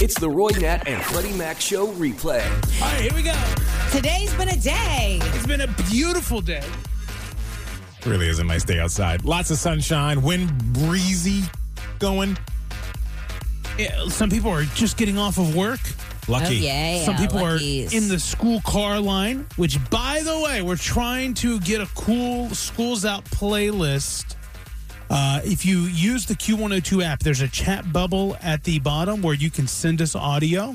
It's the Roy Nat and Freddie Mac Show replay. All right, here we go. Today's been a day. It's been a beautiful day. Really is a nice day outside. Lots of sunshine, wind breezy going. Yeah, Some people are just getting off of work. Lucky. Oh, yeah, yeah. Some people luckies. are in the school car line, which, by the way, we're trying to get a cool Schools Out playlist. Uh, if you use the Q102 app, there's a chat bubble at the bottom where you can send us audio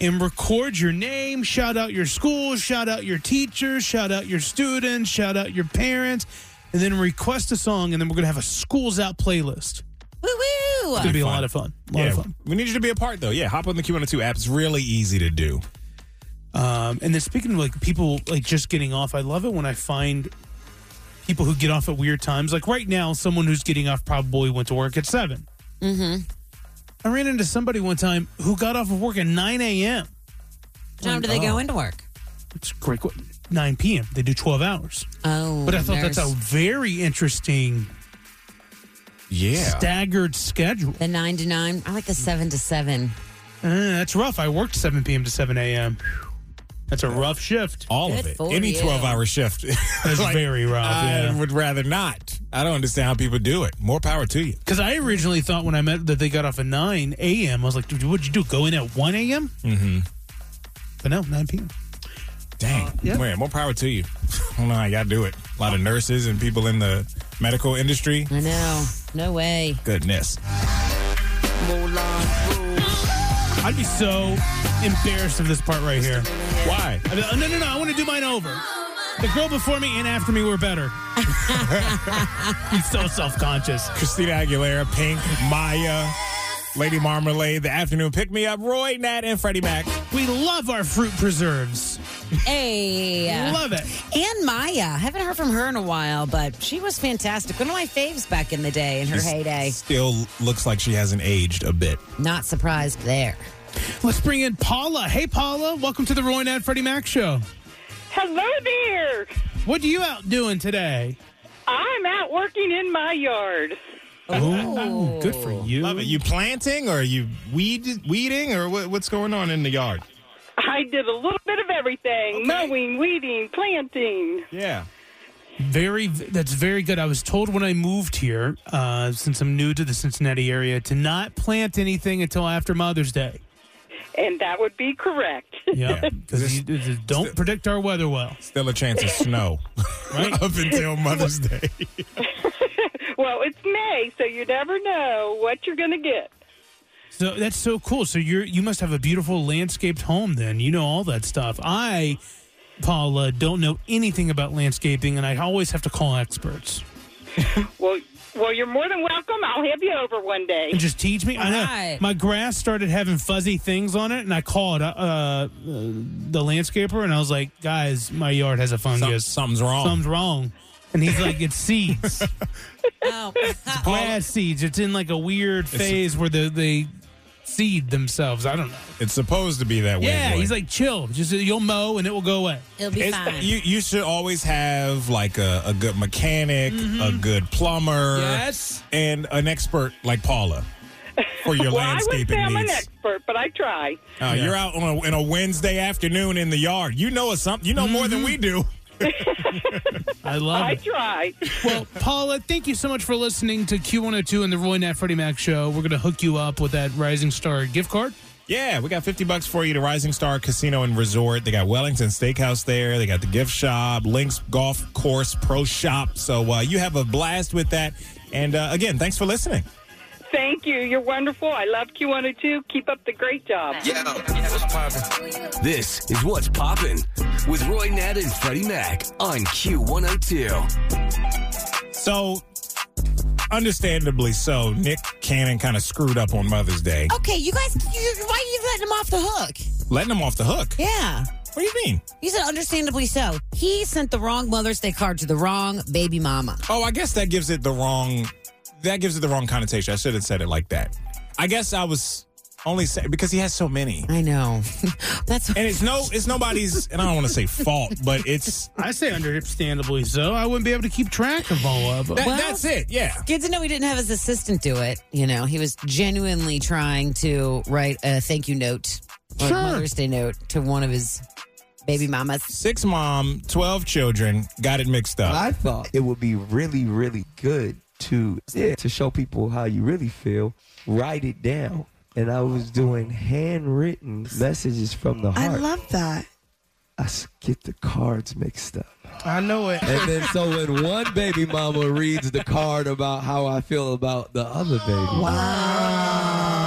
and record your name, shout out your school, shout out your teacher, shout out your students, shout out your parents, and then request a song. And then we're going to have a Schools Out playlist. Woo woo. It's going to be a lot of fun. A lot Yeah, of fun. we need you to be a part though. Yeah, hop on the Q102 app. It's really easy to do. Um, and then speaking of like people like just getting off, I love it when I find people who get off at weird times. Like right now, someone who's getting off probably went to work at 7 Mm-hmm. I ran into somebody one time who got off of work at nine a.m. Time do they go into work? It's great. qu- Nine p.m. They do twelve hours. Oh, But I thought that's a there's very interesting Yeah. staggered schedule. the nine to nine. I like the seven to seven. Uh, that's rough. I worked seven p.m. to seven a.m. That's a rough shift. All of Good it. for Any you. 12 hour shift. That's very rough. I yeah. would rather not. I don't understand how people do it. More power to you. Because I originally thought when I met that they got off at 9 a.m., I was like, dude, what'd you do? Go in at 1 a.m.? Mm-hmm. But no, 9 p.m. Dang. yeah. Man, more power to you. I don't know how y'all do it. A lot of nurses and people in the medical industry. I know. No way. Goodness. I'd be so embarrassed of this part right here. Why? I'd be like, "Oh, no, no, no, I want to do mine over. The girl before me and after me were better. He's so self conscious. Christina Aguilera, Pink, Maya, Lady Marmalade, The Afternoon Pick Me Up, Roy, Nat, and Freddie Mac. We love our fruit preserves. Hey. Love it. And Maya. Haven't heard from her in a while, but she was fantastic. One of my faves back in the day in her heyday. Still looks like she hasn't aged a bit. Not surprised there. Let's bring in Paula. Hey, Paula, welcome to the Roy and Ad Freddie Mac Show. Hello there. What are you out doing today? I'm out working in my yard. Oh, good for you. Love it. You planting or you weed weeding or what, what's going on in the yard? I did a little bit of everything mowing, weeding, planting. Yeah. Very, that's very good. I was told when I moved here, uh, since I'm new to the Cincinnati area, to not plant anything until after Mother's Day. And that would be correct. Yeah, because don't predict our weather well. Still a chance of snow, right? Up until Mother's Day. well, it's May, so you never know what you're going to get. So that's so cool. So you're you must have a beautiful landscaped home. Then you know all that stuff. I, Paula, don't know anything about landscaping, and I always have to call experts Well, well, you're more than welcome. I'll have you over one day. and just teach me. I know Right. my grass started having fuzzy things on it, and I called uh, uh, the landscaper, and I was like, "Guys, my yard has a fungus. something's wrong." Something's wrong." And he's like, "It's seeds, Oh. grass seeds. It's in like a weird phase where the, they seed themselves. I don't know." It's supposed to be that way. Yeah, boy. he's like, "Chill. Just you'll mow, and it will go away." It'll be It's- fine. you you should always have like a, a good mechanic, Mm-hmm. a good plumber, Yes. and an expert like Paula for your well, I wouldn't say landscaping I'm an needs. expert, but I try. Uh, You're out on a, in a Wednesday afternoon in the yard. You know Mm-hmm. something. You know more than we do. I love I it. try. Well, Paula, thank you so much for listening to Q102 and the Roy Nat Freddie Mac Show. We're gonna hook you up with that Rising Star gift card. Yeah, we got 50 bucks for you to Rising Star Casino and Resort. They got Wellington Steakhouse there. They got the gift shop, Links Golf Course Pro Shop. So uh, you have a blast with that. And uh, again, thanks for listening. Thank you. You're wonderful. I love Q102. Keep up the great job. This is What's Poppin' with Roy Nat and oh Freddie Mac on Q102. So understandably so, Nick Cannon kind of screwed up on Mother's Day, Okay, you guys, you, why are you letting him off the hook? letting him off the hook. Yeah. What do you mean? He said, understandably so. He sent the wrong Mother's Day card to the wrong baby mama. Oh, I guess that gives it the wrong that gives it the wrong connotation. I should have said it like that. I guess I was only saying because he has so many. I know. That's And it's no it's nobody's and I don't want to say fault, but it's I say understandably so. I wouldn't be able to keep track of all of them. that, Well- that's it. Yeah. good to know he didn't have his assistant do it. You know, he was genuinely trying to write a thank you note or Sure. Mother's Day note to one of his baby mamas. Six mom, 12 children, got it mixed up. I thought Uh, it would be really, really good to yeah, to show people how you really feel. Write it down, and I was doing handwritten messages from the I heart. love that. I s- get the cards mixed up. I know it. And then so when one baby mama reads the card about how I feel about the other baby. Wow.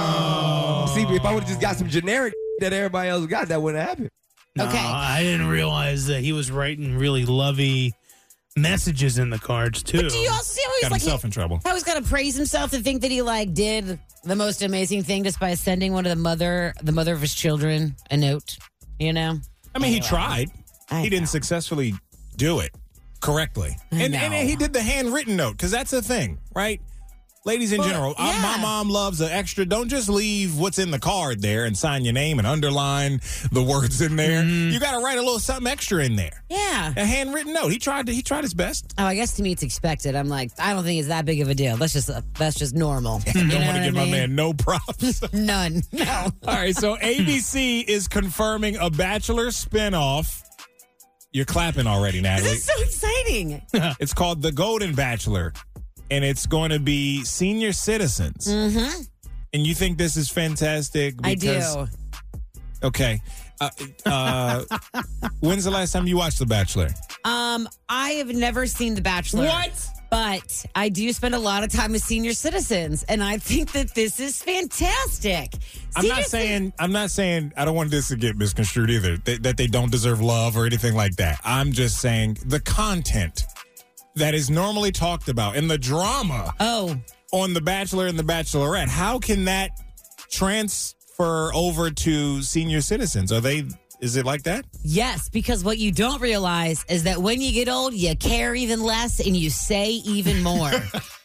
See, if I would have just got some generic that everybody else got, that wouldn't happen. Okay. I didn't realize that he was writing really lovey messages in the cards too. Do you also see how he's got like, himself in trouble. how he's going to praise himself and think that he like did the most amazing thing just by sending one of the mother, the mother of his children, a note. You know, I mean, he tried. I he didn't know. successfully do it correctly. And, and know. he did the handwritten note because that's the thing, right? Ladies in general, I- yeah. my mom loves an extra. Don't just leave what's in the card there and sign your name and underline the words in there. Mm-hmm. You got to write a little something extra in there. yeah. A handwritten note. He tried to. He tried his best. Oh, I guess to me it's expected. I'm like, I don't think it's that big of a deal. That's just that's just normal. You Don't know want what to I give my mean? man no props. none. No. All right, so ABC is confirming a Bachelor spinoff. You're clapping already, Natalie. This is so exciting. It's called The Golden Bachelor, and it's going to be senior citizens. Mm-hmm. And you think this is fantastic? I do. do. Okay. Uh, uh, when's the last time you watched The Bachelor? Um, I have never seen The Bachelor. What? But I do spend a lot of time with senior citizens, and I think that this is fantastic. I'm Senior not citizens- saying I'm not saying I don't want this to get misconstrued either that, that they don't deserve love or anything like that. I'm just saying the content that is normally talked about and the drama Oh, on The Bachelor and The Bachelorette. How can that transfer over to senior citizens? Are they? Is it like that? yes, because what you don't realize is that when you get old, you care even less and you say even more.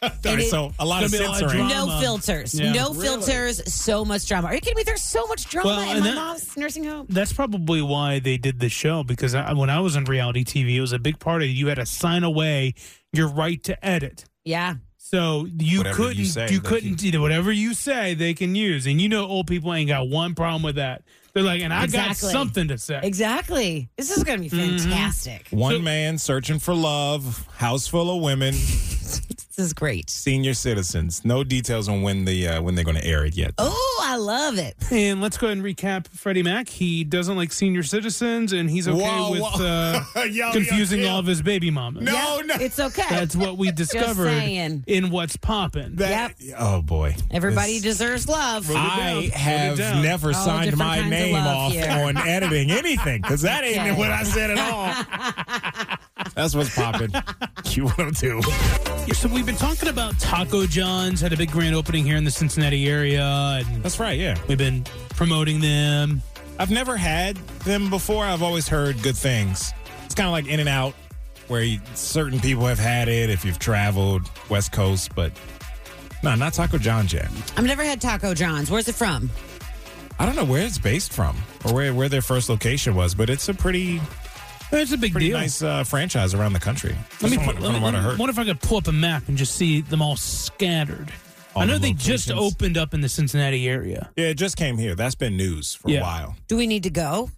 All right, it- so a lot of Gonna be a lot of censoring. drama. No filters. Yeah. no filters. So much drama. Are you kidding me? There's so much drama Well, in and my that- mom's nursing home. That's probably why they did the show because I, when I was on reality TV, it was a big part of it. You had to sign away your right to edit. Yeah. So you Whatever you couldn't, you, say, they couldn't, you know, whatever you say, they can use. And you know, old people ain't got one problem with that. They're like, and I Exactly. got something to say. Exactly. This is going to be fantastic. One man searching for love, house full of women, This is great. senior citizens. No details on when the uh, when they're going to air it yet. Oh, I love it. And let's go ahead and recap Freddie Mac. He doesn't like senior citizens, and he's okay Whoa, with whoa. Uh, Yo, yo, confusing yo. all of his baby mamas. No, Oh, no. It's okay. That's what we discovered saying. in What's Poppin'. That- Oh boy, Everybody This- deserves love. I down. have Wrote it down. never signed different my kinds of name love off here. on editing anything because that ain't what I said at all. That's what's popping. Q102. So we've been talking about Taco John's had a big grand opening here in the Cincinnati area, and That's right. Yeah. we've been promoting them. I've never had them before. I've always heard good things. It's kind of like In and Out, where you, certain people have had it if you've traveled West Coast, but no, not Taco John's yet. I've never had Taco John's. Where's it from? I don't know where it's based from or where, where their first location was, but it's a pretty That's a big pretty deal. nice uh, franchise around the country. Let me, That's put, from what- let from me, what I let me- heard. wonder if I could pull up a map and just see them all scattered. All I the know they just locations. opened up in the Cincinnati area. Yeah, it just came here. That's been news for Yeah. a while. Do we need to go?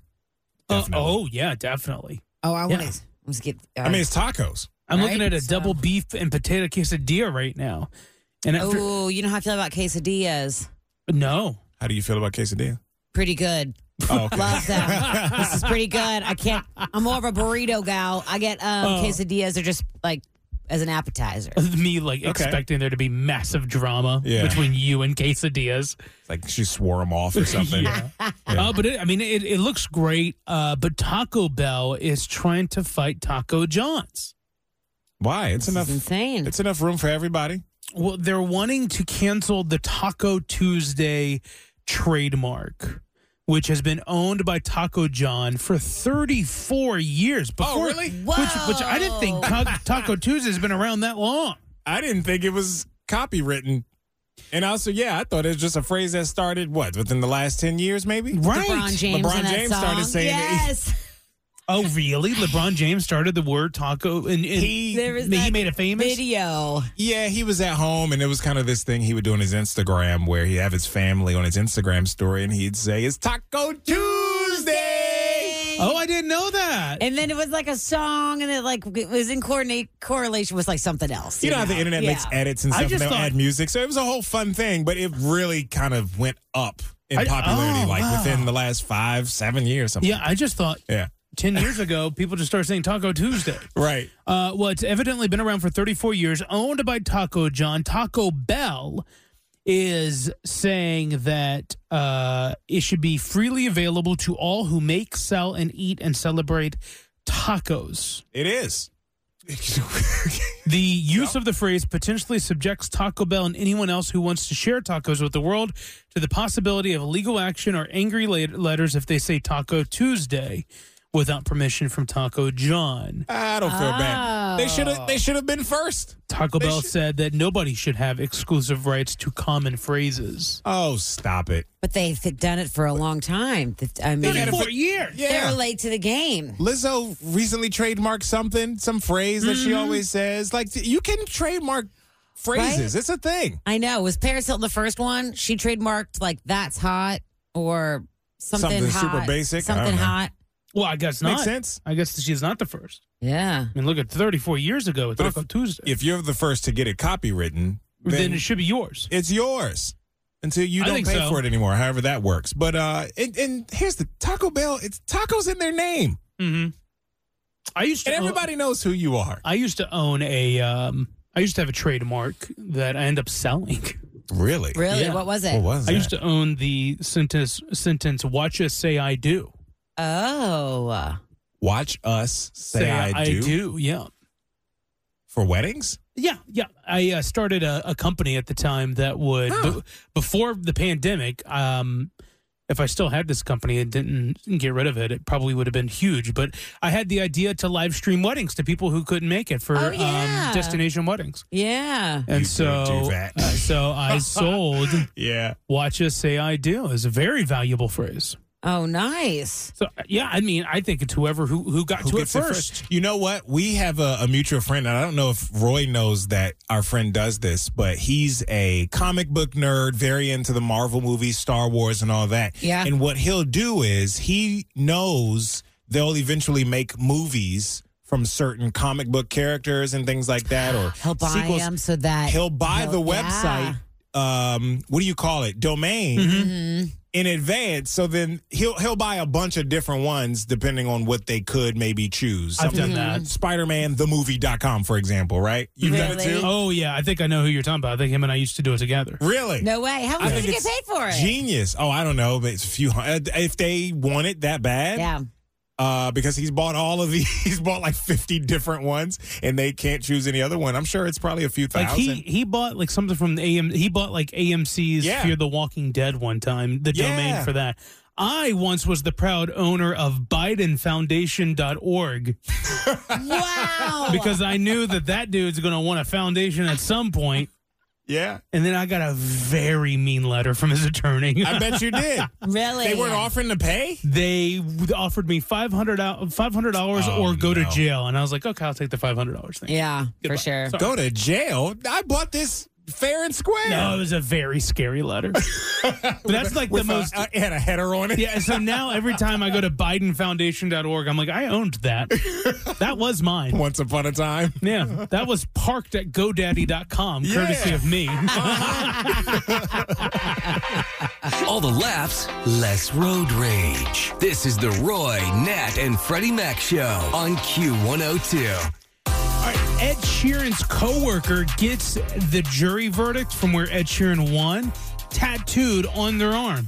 Uh, Definitely. oh yeah, definitely. Oh, I Yeah. want to. Let's get. I mean, it's tacos. I'm Right? looking at a So- double beef and potato quesadilla right now. And after, oh, you know how I feel about quesadillas. no, How do you feel about quesadilla? Pretty good. Oh, okay. Love them. this is pretty good. I can't. I'm more of a burrito gal. I get um, Oh. quesadillas. They're just like as an appetizer. me like expecting there to be massive drama Yeah. between you and quesadillas. like she swore him off or something. Yeah. Yeah. Uh, but it, I mean, it, it looks great. Uh, but Taco Bell is trying to fight Taco John's. Why? It's This is enough. insane. It's enough room for everybody. well, they're wanting to cancel the Taco Tuesday trademark, which has been owned by Taco John for 34 years. Before, really? Which, which I didn't think Ta- Taco Tuesday has been around that long. I didn't think it was copywritten. And also, yeah, I thought it was just a phrase that started what within the last ten years, maybe. Right. LeBron James. LeBron in that James song. started saying it. yes. Oh, really? LeBron James started the word taco, and, and He- There was he that made it famous. Video. Yeah, he was at home, and it was kind of this thing he would do on his Instagram where he'd have his family on his Instagram story, and he'd say, "It's Taco Tuesday." Oh, I didn't know that. And then it was like a song, and it like it was in coordinate correlation with like something else. You know how the internet Yeah. makes edits and I stuff, and just they'll thought- add music, so it was a whole fun thing. But it really kind of went up in I- popularity, oh, like wow. within the last five, seven years. Something. yeah, I just thought yeah, 10 years ago, people just started saying Taco Tuesday. right. Uh, well, it's evidently been around for 34 years, owned by Taco John. Taco Bell is saying that uh, it should be freely available to all who make, sell, and eat and celebrate tacos. It is. The use of the phrase potentially subjects Taco Bell and anyone else who wants to share tacos with the world to the possibility of legal action or angry la- letters if they say Taco Tuesday without permission from Taco John. I don't feel bad. They should Oh. have. They should have been first. Taco They Bell should- said that nobody should have exclusive rights to common phrases. Oh, stop it. But they've done it for a long time. That- I mean, had it for- years. they're Yeah. late to the game. Lizzo recently trademarked something, some phrase that Mm-hmm. she always says. Like you can trademark phrases. It's a thing. I know. Was Paris Hilton the first one? She trademarked like "That's hot" or something, Something hot, super basic? I something don't know. hot. Well, I guess not. Makes sense. I guess she's not the first. Yeah. I mean, look at 34 years ago with But if- Taco Tuesday. If you're the first to get it copywritten, then, then, it should be yours. it's yours until you I don't think pay so. for it anymore. However that works. But uh, and, and here's the Taco Bell. It's tacos in their name, Mm-hmm. I used to. and own- everybody knows who you are. I used to own a. Um, I used to have a trademark that I end up selling. Really? Really? Yeah. What was it? What was I used to own the sentence sentence "Watch us say I do." Oh. watch us say, I, do, Yeah. for weddings. Yeah, yeah. I uh, started a, a company at the time that would be- before the pandemic. Um, if I still had this company and didn't get rid of it, it probably would have been huge. But I had the idea to live stream weddings to people who couldn't make it for Oh, yeah. um, destination weddings, Yeah. and You did so do that. uh, so I sold Yeah. "Watch us say I do" is a very valuable phrase. Oh, nice. So yeah, I mean, I think it's whoever who who got to it gets it first. You know what? We have a, a mutual friend, and I don't know if Roy knows that our friend does this, but he's a comic book nerd, very into the Marvel movies, Star Wars, and all that. Yeah. And what he'll do is he knows they'll eventually make movies from certain comic book characters and things like that, or He'll buy sequels. them so that He'll buy he'll- the yeah. website. Um, what do you call it? Domain Mhm. in advance. So then he'll he'll buy a bunch of different ones depending on what they could maybe choose. I've done Something- that. Spider-Man the movie.com, for example, right? You've done it Really? too? Oh yeah, I think I know who you're talking about. I think him and I used to do it together. Really? No way. How I much did think you get it's paid for it? Genius. Oh, I don't know, but it's a few hundred. If they want it that bad, Yeah. uh, because he's bought all of these, he's bought like 50 different ones and they can't choose any other one. I'm sure it's probably a few Like thousand. he he bought like something from the AM. He bought like AMC's Yeah. Fear the Walking Dead one time. The Yeah. domain for that. I once was the proud owner of BidenFoundation.org Wow. because I knew that that dude's going to want a foundation at some point. yeah. And then I got a very mean letter from his attorney. I bet you did. really? they weren't offering to pay? they offered me five hundred dollars Oh, or go to no. jail, and I was like, okay, I'll take the five hundred dollars thing. Yeah, Goodbye. for sure. Sorry. Go to jail? I bought this fair and square. No, it was a very scary letter. But that's like the With a- most. uh, it had a header on it. Yeah, so now every time I go to BidenFoundation.org, I'm like, I owned that. That was mine. Once upon a time. Yeah, that was parked at GoDaddy.com, courtesy Yeah. of me. All the laughs, less road rage. This is the Roy, Nat, and Freddie Mac Show on Q102. All right, Ed Sheeran's coworker gets the jury verdict from where Ed Sheeran won tattooed on their arm.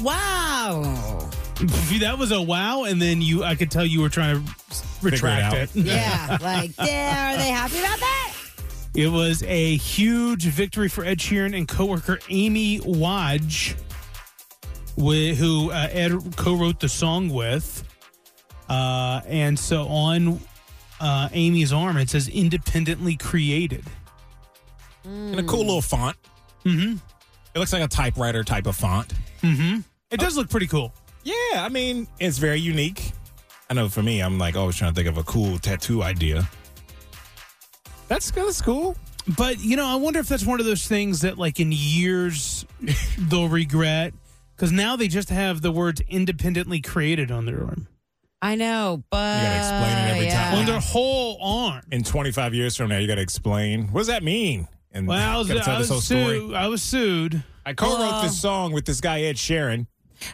Wow. That was a wow, and then you, I could tell you were trying to it retract out. it. Yeah. like, yeah, are they happy about that? It was a huge victory for Ed Sheeran and coworker Amy Wadge, wi- who uh, Ed co-wrote the song with. Uh, and so on uh, Amy's arm, it says "independently created." In a cool little font. Mm-hmm. It looks like a typewriter type of font. It does look pretty cool. Yeah, I mean, it's very unique. I know for me, I'm like always trying to think of a cool tattoo idea. That's, that's cool. But you know, I wonder if that's one of those things that, like in years, they'll regret because now they just have the words "independently created" on their arm, I know, but You gotta explain it every time. on their whole arm. In 25 years from now, you got to explain what does that mean? And Well, I was, gotta tell I this whole was story. sued. I was sued. I co-wrote this song with this guy Ed Sheeran.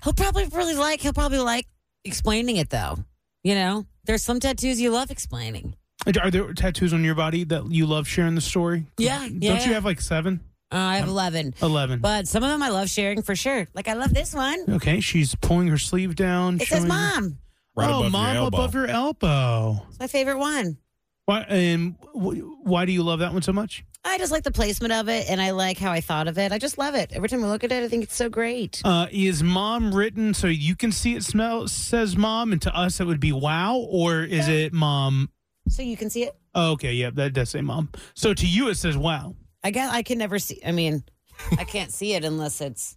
He'll probably really like. He'll probably like explaining it though. You know, there's some tattoos you love explaining. Are there tattoos on your body that you love sharing the story? Yeah, Don't yeah. you have like seven? Uh, I have eleven, Eleven. but some of them I love sharing for sure. Like I love this one. okay, she's pulling her sleeve down. It says showing- "Mom." Right oh, above mom your elbow. above your elbow. It's my favorite one. Why? And wh- why do you love that one so much? I just like the placement of it, and I like how I thought of it. I just love it. Every time I look at it, I think it's so great. Uh, is mom written so you can see it smell says mom and to us it would be wow or is it mom So you can see it. oh, okay yeah that does say mom so to you it says wow I guess I can never see. I mean, I can't see it unless it's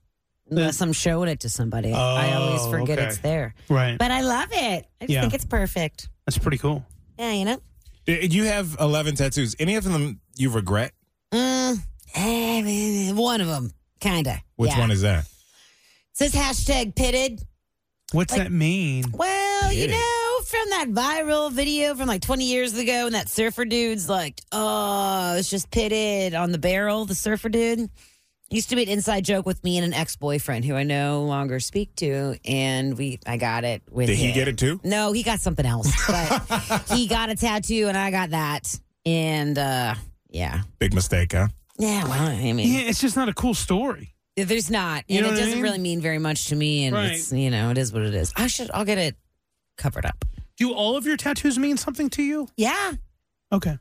unless I'm showing it to somebody. I always Oh, forget okay. it's there. right But I love it. I just Yeah. think it's perfect. that's pretty cool Yeah, you know. Y- Uh, You have 11 tattoos. Any of them you regret? Mm, eh, eh, one of them, kinda. Which Yeah. one is that? It says hashtag pitted. what's Like- that mean Well, you Pitted. know, from that viral video from like 20 years ago, and that surfer dude's like, oh, it's just pitted on the barrel. The surfer dude used to be an inside joke with me and an ex boyfriend who I no longer speak to, and we I got it with. Did he him. get it too? No, he got something else. But he got a tattoo, and I got that, and uh yeah. Big mistake, huh? Yeah, well, I mean, yeah it's just not a cool story Yeah, There's not. You and know it what I doesn't mean? really mean very much to me. And Right. it's, you know, it is what it is. I should, I'll get it covered up. do all of your tattoos mean something to you Yeah. okay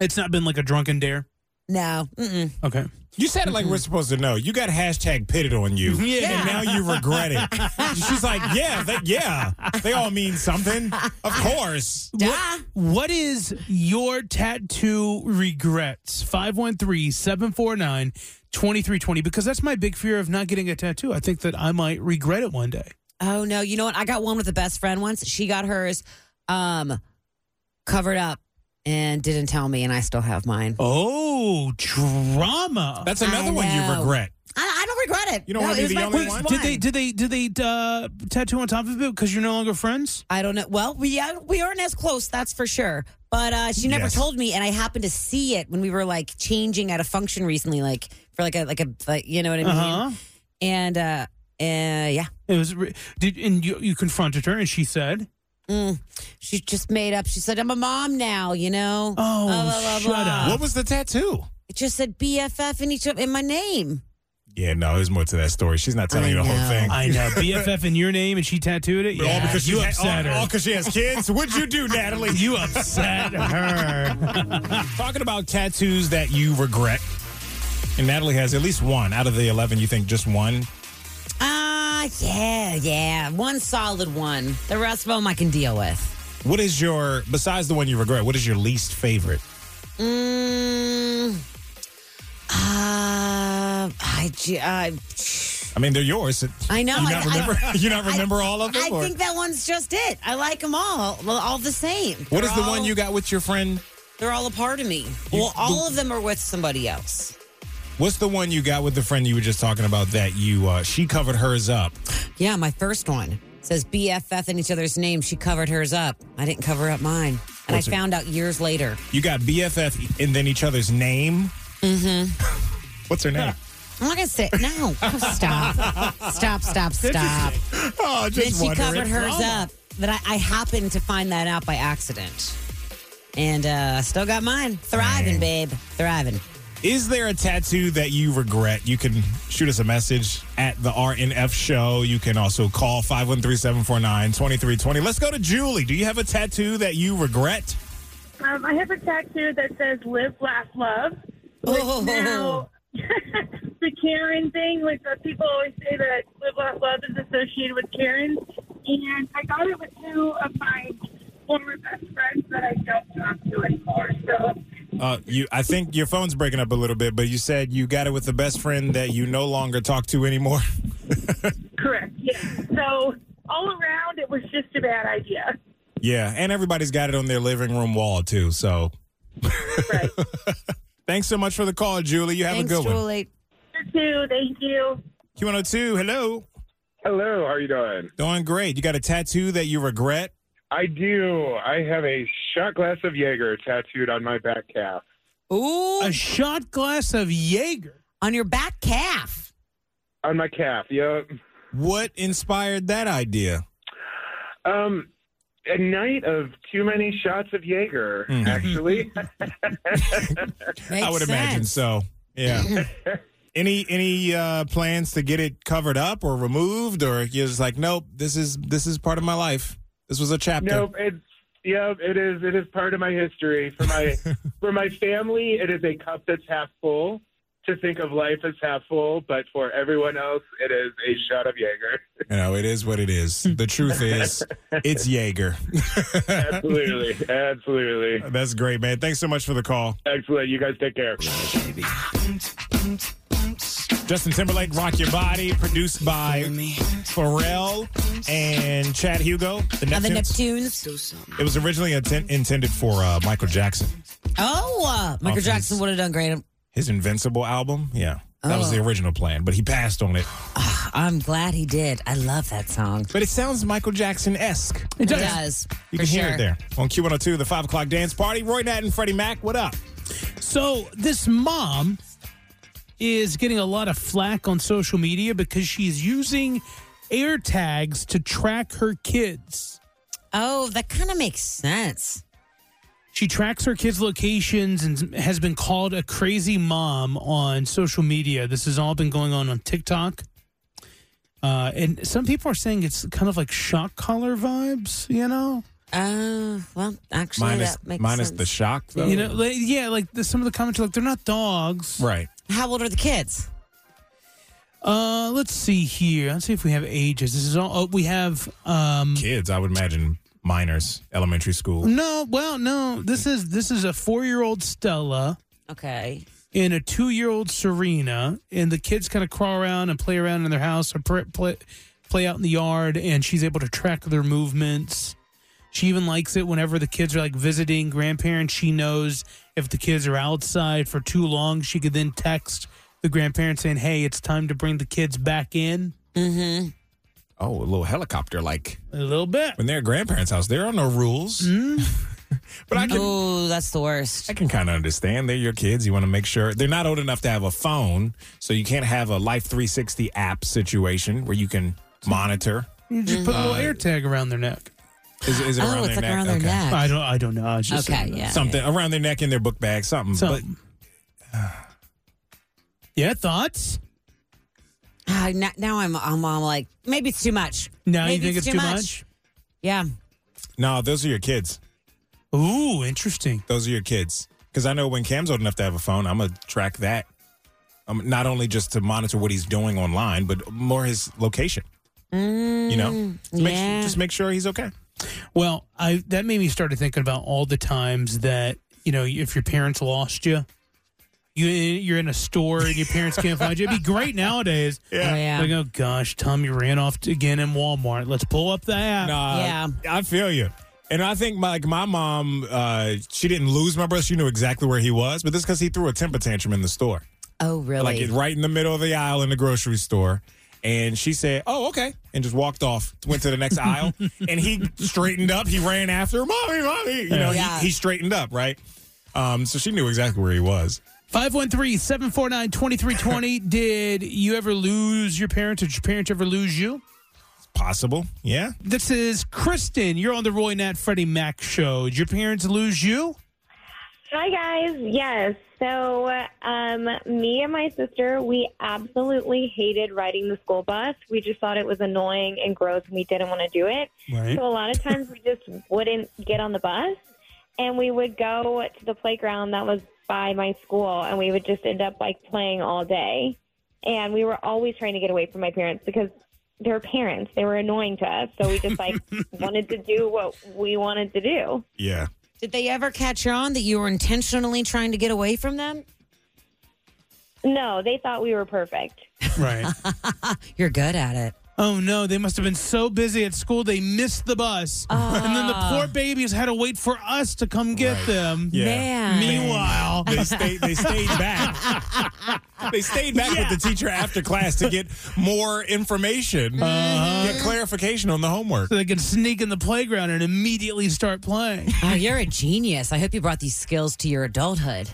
it's not been like a drunken dare No. Mm-mm. okay You said it like we're supposed to know. You got hashtag pitted on you. Yeah. And now you regret it. She's like, yeah, they, yeah. They all mean something. Of course. Duh. what is your tattoo regrets 513-749-2320 because that's my big fear of not getting a tattoo i think that i might regret it one day Oh, no. You know what? I got one with a best friend once. She got hers um covered up and didn't tell me. And I still have mine. Oh, drama! That's another I one you know. regret. I, I don't regret it. You don't no, wanna it was be the my only first one? did they did they did they uh, tattoo on top of it because you're no longer friends? I don't know. Well, we uh, we aren't as close, that's for sure. But uh, she never Yes. told me, and I happened to see it when we were like changing at a function recently, like for like a like a like, you know what I mean. Uh-huh. And uh, uh yeah, It was re- did and you you confronted her and she said, she just made up. She said, "I'm a mom now," you know. "Oh, Blah, blah, blah, shut blah. up." What was the tattoo? It just said BFF in each of in my name. Yeah, no, there's more to that story. She's not telling I you the know. whole thing. I know BFF in your name and she tattooed it. Yeah, all because you she upset all, her. all 'cause she has kids. What'd you do, Natalie? you upset her. Talking about tattoos that you regret. And Natalie has at least one out of the 11, you think just one? Ah, yeah, yeah, one solid one. The rest of them I can deal with. What is your, besides the one you regret, what is your least favorite? Mm, uh, I, ju- I I mean, they're yours. I know, You I- not I- remember, you not I- remember all of them? I or- think that one's just it. I like them all, well, all the same. what is They're the all- one you got with your friend? They're all a part of me. well, all of them are with somebody else. What's the one you got with the friend you were just talking about that you, uh, she covered hers up? Yeah, my first one says BFF in each other's name. She covered hers up. I didn't cover up mine, and What's I it- found out years later. You got BFF and then each other's name? Mm-hmm. Mm-hmm. What's her name? I'm not gonna say no. stop, stop, stop, stop. oh, Then she wondering. covered hers up. That I, I happened to find that out by accident, and uh, still got mine. Thriving, babe. Thriving. Is there a tattoo that you regret? You can shoot us a message at the RNF show. You can also call 513 749 2320. Let's go to Julie. Do you have a tattoo that you regret? Um, I have a tattoo that says "Live, Laugh, Love." which Oh. Now, the Karen thing, like the people always say that "Live, Laugh, Love" is associated with Karen, and I got it with two of my former best friends that I don't talk to anymore. So Uh, you, I think your phone's breaking up a little bit, but you said you got it with the best friend that you no longer talk to anymore. correct, yeah. So all around, it was just a bad idea. yeah, and everybody's got it on their living room wall too. So, Right. thanks so much for the call, Julie. You have Thanks, a good one. Julie. Two, thank you. Q102. Hello. Hello, how are you doing? Doing great. You got a tattoo that you regret? I do. I have a shot glass of Jaeger tattooed on my back calf. Ooh, A shot glass of Jaeger. on your back calf. On my calf, yep. What inspired that idea? Um, a night of too many shots of Jaeger, Mhm. actually. Makes I would imagine sense. so. Yeah. any any uh, plans to get it covered up or removed, or you're just like, nope, this is this is part of my life. This was a chapter. nope, it's yep, it is it is part of my history. For my for my family, it is a cup that's half full. To think of life as half full, but for everyone else, it is a shot of Jaeger. You know, it is what it is. The truth is, it's Jaeger. Absolutely, absolutely. That's great, man. Thanks so much for the call. Excellent. You guys take care. Justin Timberlake, Rock Your Body, produced by Pharrell and Chad Hugo. The On the Neptunes. Neptunes. It was originally atten- intended for uh, Michael Jackson. Oh, uh, Michael Offense. Jackson would have done great. His Invincible album, yeah. That was Oh. the original plan, but he passed on it. I'm glad he did. I love that song. But it sounds Michael Jackson esque. It does. for You can sure. hear it there on Q102, the 5 o'clock dance party. Roy Nat and Freddie Mac, what up? So this mom is getting a lot of flack on social media because she's using air tags to track her kids. Oh, that kind of makes sense. She tracks her kids' locations and has been called a crazy mom on social media. This has all been going on on TikTok. Uh, and some people are saying it's kind of like shock collar vibes, you know? Oh, well, actually, Minus, that makes minus sense. the shock, though. You know, like, yeah, like the, some of the comments are like, they're not dogs. right. How old are the kids? Uh, let's see here. Let's see if we have ages. This is all. Oh, we have. Um, kids, I would imagine minors, elementary school. no, well, no. This is this is a four-year-old Stella Okay. and a two-year-old Serena, and the kids kind of crawl around and play around in their house or play, play play out in the yard, and she's able to track their movements. She even likes it whenever the kids are like visiting grandparents. She knows if the kids are outside for too long, she could then text the grandparents saying, "Hey, it's time to bring the kids back in." Mm-hmm. Oh, a little helicopter like A little bit. when they're at grandparents' house. There are no rules. Mm. but I can Oh, that's the worst. I can kind of understand. They're your kids. You want to make sure they're not old enough to have a phone, so you can't have a Life 360 app situation where you can monitor. You just put a little air tag around their neck. Is, is it Oh, around it's their like neck? around their Okay. neck. I don't. I don't know. I was just okay, saying that. yeah. Something around their neck in their book bag, something. So, uh, yeah, thoughts? Ah, now, now I'm, I'm, I'm like, maybe it's too much. Now maybe you think it's, too much? Yeah. But no, those are your kids. Ooh, interesting. Those are your kids. Because I know when Cam's old enough to have a phone, I'm gonna track that. Um, not only just to monitor what he's doing online, but more his location. you know, just, make, yeah. just make sure he's okay. Well, I that made me started thinking about all the times that you know if your parents lost you, you you're in a store and your parents can't find you. It'd be great nowadays. Oh, yeah. Like, oh gosh, Tommy ran off to- again in Walmart. Let's pull up the app. Nah, Yeah. I feel you. And I think my, like my mom, uh, she didn't lose my brother. She knew exactly where he was, but this because he threw a temper tantrum in the store, Oh, really? like it- right in the middle of the aisle in the grocery store. And she said, "Oh, okay," and just walked off. Went to the next aisle, and he straightened up. He ran after her, mommy, mommy. You know, Yeah. he, he straightened up, right? Um, so she knew exactly where he was. 513 749 2320. Did you ever lose your parents? Did your parents ever lose you? Possible, yeah. This is Kristen. You're on the Roy Nat Freddie Mac show. Did your parents lose you? Hi guys. Yes. So, um, me and my sister, we absolutely hated riding the school bus. We just thought it was annoying and gross, and we didn't want to do it. Right. So a lot of times we just wouldn't get on the bus. and we would go to the playground that was by my school, and we would just end up like playing all day. And we were always trying to get away from my parents because their parents they were annoying to us, so we just like wanted to do what we wanted to do. Yeah. Did they ever catch on that you were intentionally trying to get away from them? No, they thought we were perfect. Right. You're good at it. Oh no, they must have been so busy at school they missed the bus. And then the poor babies had to wait for us to come get Right. them. Yeah. Man. Meanwhile, They stayed. They stayed back. they stayed back with the teacher after class to get more information, get clarification on the homework. so they could sneak in the playground and immediately start playing. Oh, you're a genius. I hope you brought these skills to your adulthood.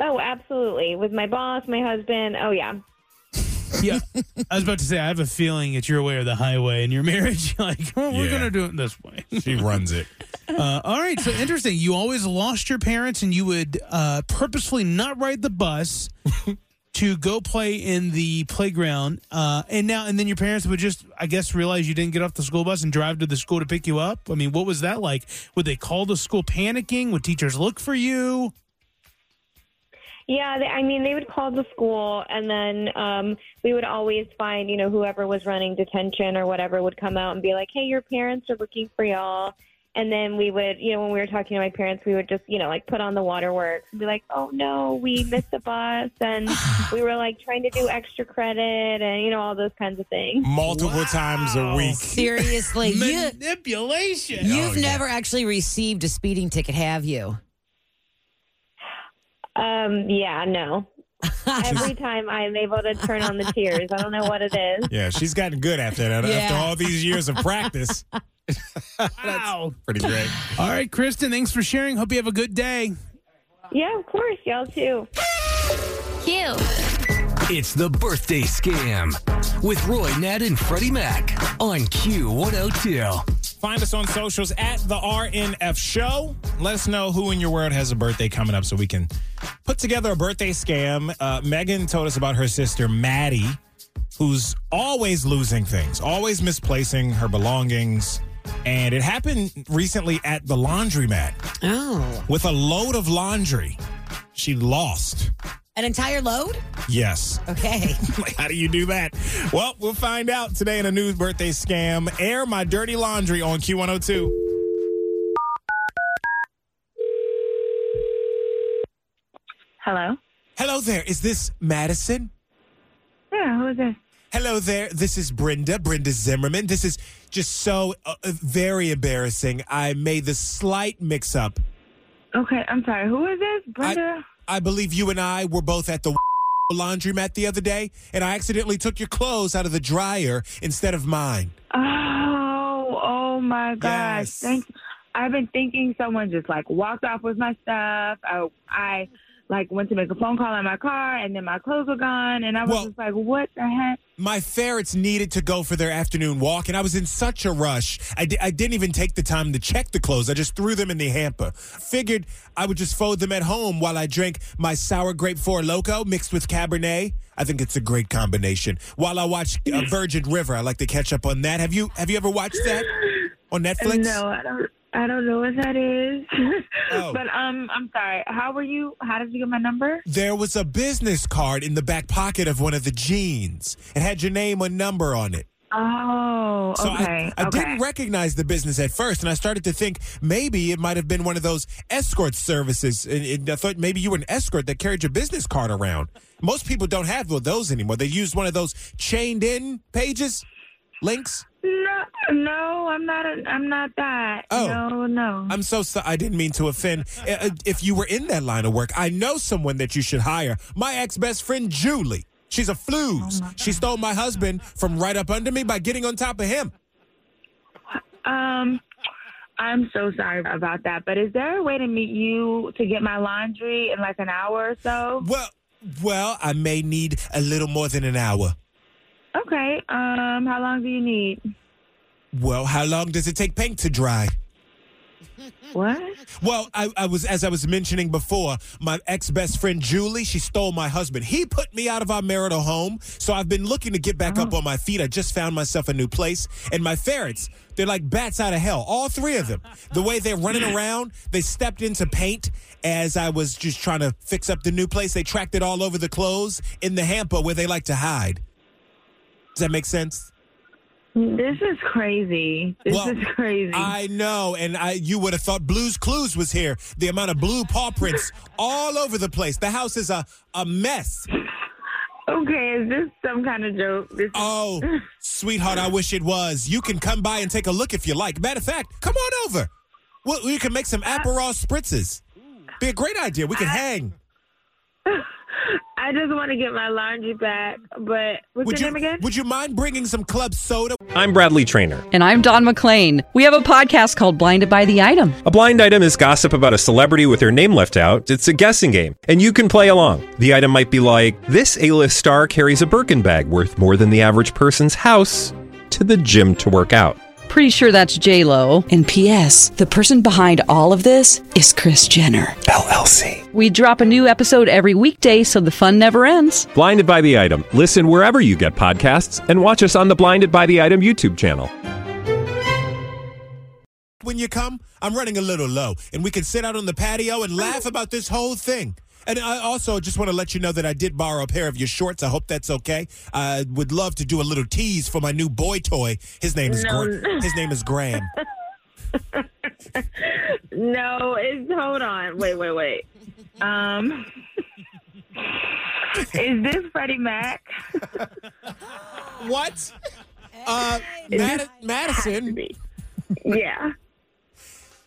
Oh, absolutely. With my boss, my husband. Oh, yeah. yeah. I was about to say, I have a feeling it's your way or the highway in your marriage. like, oh, we're Yeah. going to do it this way. She runs it. Uh, all right. So interesting. You always lost your parents and you would uh, purposefully not ride the bus to go play in the playground. Uh, and now, and then your parents would just, I guess, realize you didn't get off the school bus and drive to the school to pick you up. I mean, what was that like? Would they call the school panicking? Would teachers look for you? Yeah, they, I mean, they would call the school, and then um, we would always find, you know, whoever was running detention or whatever would come out and be like, hey, your parents are looking for y'all. And then we would, you know, when we were talking to my parents, we would just, you know, like put on the waterworks and be like, oh no, we missed the bus. And we were like trying to do extra credit and, you know, all those kinds of things. Multiple times a week. Seriously, you, Manipulation. Oh, you've yeah. never actually received a speeding ticket, have you? Um, yeah, no. Every time I'm able to turn on the tears, I don't know what it is. Yeah, she's gotten good after that. Yeah. After all these years of practice, Wow. pretty great. All right, Kristen, thanks for sharing. Hope you have a good day. Yeah, of course, y'all too. Q. It's the birthday scam with Roy, Nat, and Freddie Mac on Q102. Find us on socials at the RNF Show. Let us know who in your world has a birthday coming up so we can put together a birthday scam. Uh, Megan told us about her sister, Maddie, who's always losing things, always misplacing her belongings. And it happened recently at the laundromat Oh. with a load of laundry she lost. An entire load? Yes. Okay. Like, how do you do that? Well, we'll find out today in a new birthday scam. Air my dirty laundry on Q102. Hello? Hello there. Is this Madison? Yeah, who is this? Hello there. This is Brenda, Brenda Zimmerman. This is just so uh, uh, very embarrassing. I made the slight mix up. Okay, I'm sorry. Who is this? Brenda? I believe you and I were both at the laundromat the other day, and I accidentally took your clothes out of the dryer instead of mine. Oh, oh my gosh. Yes. Thank I've been thinking someone just like walked off with my stuff. I, I like went to make a phone call in my car and then my clothes were gone and I was Well- just like, what the heck? My ferrets needed to go for their afternoon walk, and I was in such a rush. I, di- I didn't even take the time to check the clothes. I just threw them in the hamper. Figured I would just fold them at home while I drank my sour grape Four Loco mixed with Cabernet. I think it's a great combination. While I watch uh, Virgin River, I like to catch up on that. Have you Have you ever watched that on Netflix? No, I don't. I don't know what that is. Oh. but um, I'm sorry. How were you? How did you get my number? There was a business card in the back pocket of one of the jeans. It had your name and number on it. Oh, So okay. I, I okay. didn't recognize the business at first, and I started to think maybe it might have been one of those escort services. And, and I thought maybe you were an escort that carried your business card around. Most people don't have those anymore. They use one of those chained in pages, links. no, no, I'm not. A, I'm not that. Oh. No, no. I'm so sorry. I didn't mean to offend. Uh, If you were in that line of work, I know someone that you should hire. My ex best friend, Julie. She's a flues. Oh she stole my husband from right up under me by getting on top of him. um, I'm so sorry about that. But is there a way to meet you to get my laundry in like an hour or so? Well, well, I may need a little more than an hour. Okay. Um, how long do you need? Well, how long does it take paint to dry? What? Well, I, I was as I was mentioning before, my ex best friend Julie, she stole my husband. He put me out of our marital home, so I've been looking to get back up on my feet. I just found myself a new place, and my ferrets, they're like bats out of hell. All three of them. The way they're running around, they stepped into paint as I was just trying to fix up the new place. They tracked it all over the clothes in the hamper where they like to hide. Does that make sense? This is crazy. This Well, is crazy. I know, and I you would have thought Blue's Clues was here. The amount of blue paw prints all over the place. The house is a, a mess. okay, is this some kind of joke? This Oh, sweetheart, I wish it was. You can come by and take a look if you like. Matter of fact, come on over. Well, we can make some Uh, Aperol spritzes. Be a great idea. We can hang. I just want to get my laundry back, but what's Would your you name again? would you mind bringing some club soda? I'm Bradley Trainer. And I'm Don McClain. We have a podcast called Blinded by the Item. A blind item is gossip about a celebrity with their name left out. It's a guessing game, and you can play along. The item might be like this: A-list star carries a Birkin bag worth more than the average person's house to the gym to work out. Pretty sure that's J Lo. And P.S. The person behind all of this is Chris Jenner LLC. We drop a new episode every weekday, so the fun never ends. Blinded by the item. Listen wherever you get podcasts, and watch us on the Blinded by the Item YouTube channel. when you come, I'm running a little low, and we can sit out on the patio and laugh about this whole thing. And I also just want to let you know that I did borrow a pair of your shorts. I hope that's okay. I would love to do a little tease for my new boy toy. His name is No. Gra- his name is Graham. No, it's hold on. Wait, wait, wait. Um, is this Freddie Mac? what? Uh, It Mad- Madison, Yeah.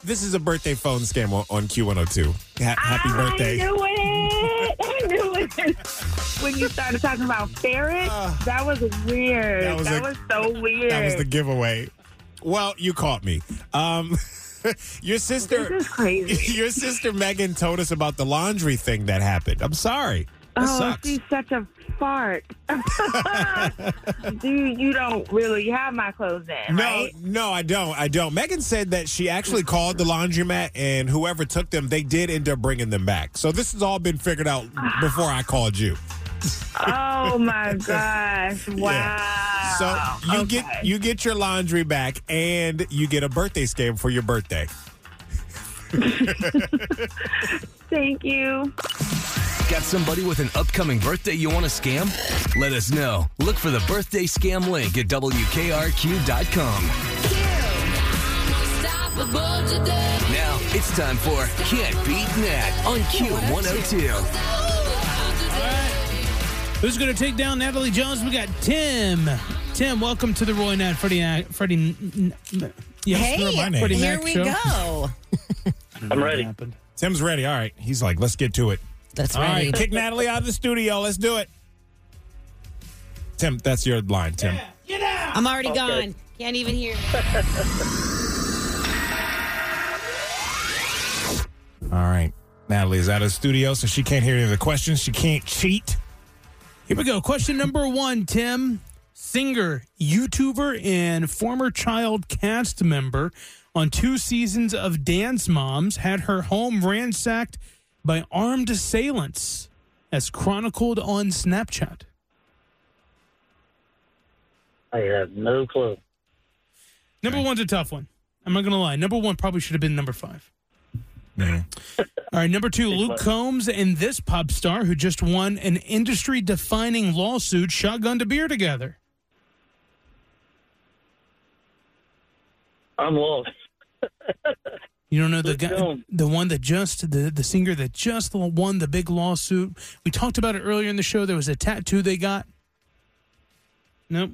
this is a birthday phone scam on, on Q102. Ha- happy birthday! I knew it. I knew it. When you started talking about ferrets, that was weird. Uh, That That was was, a- so weird. That was the giveaway. Well, you caught me. Um, your sister, This is crazy. your sister Megan told us about the laundry thing that happened. I'm sorry. That oh, sucks. she's such a fart. Dude, you don't really have my clothes in, No, right? no, I don't. I don't. Megan said that she actually called the laundromat, and whoever took them, they did end up bringing them back. So this has all been figured out before I called you. Oh my gosh! Wow. So you get you get your laundry back, and you get a birthday scam for your birthday. Thank you. Got somebody with an upcoming birthday you want to scam? Let us know. Look for the birthday scam link at WKRQ.com. Now it's time for Can't Beat Nat on Q102. Who's going to take down Natalie Jones? We got Tim. Tim, welcome to the Roy Nat Freddie Mac- Freddie. N- N- N- yes, girl, my name. hey, Freddie here Mac we show. go. I'm ready. Tim's ready. All right, he's like, let's get to it. That's All right. right, kick Natalie out of the studio. Let's do it. Tim, that's your line, Tim. I'm already gone. Can't even hear me. All right. Natalie is out of the studio, so she can't hear any of the questions. She can't cheat. Here we go. Question number one, Tim. Singer, YouTuber, and former child cast member on two seasons of Dance Moms had her home ransacked by armed assailants, as chronicled on Snapchat. I have no clue. Number one's a tough one. I'm not going to lie. Number one probably should have been number five. All right, number two, Luke Combs and this pop star who just won an industry defining lawsuit shotgun to beer together. I'm lost. You don't know the Luke guy, Combs. the one that just the the singer that just won the big lawsuit. We talked about it earlier in the show. There was a tattoo they got. Nope.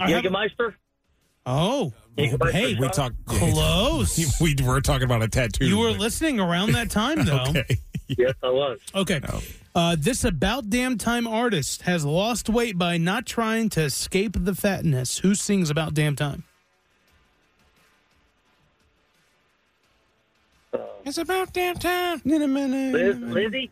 I have- Jägermeister? oh, Jägermeister hey, We shot? talk close. We were talking about a tattoo. You were listening around that time though. Okay. Yes, I was. Okay. Uh, this about damn time artist has lost weight by not trying to escape the fatness. Who sings about damn time? It's about damn time. Liz, I'm Lizzie?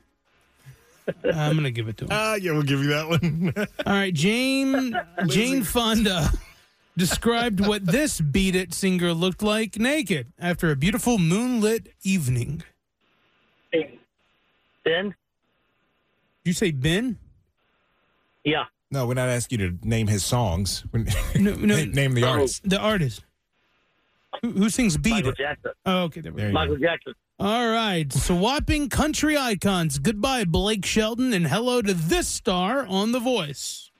going to give Uh, it to him. Ah, yeah, we'll give you that one. All right, Jane Jane Fonda described what this Beat It singer looked like naked after a beautiful moonlit evening. Ben? You say Ben? Yeah. No, we're not asking you to name his songs. no, name the artist. The artist. Who, who sings Beat It? Jackson. Oh, okay, there we go. Michael Jackson. All right, swapping country icons. Goodbye, Blake Shelton, and hello to this star on The Voice.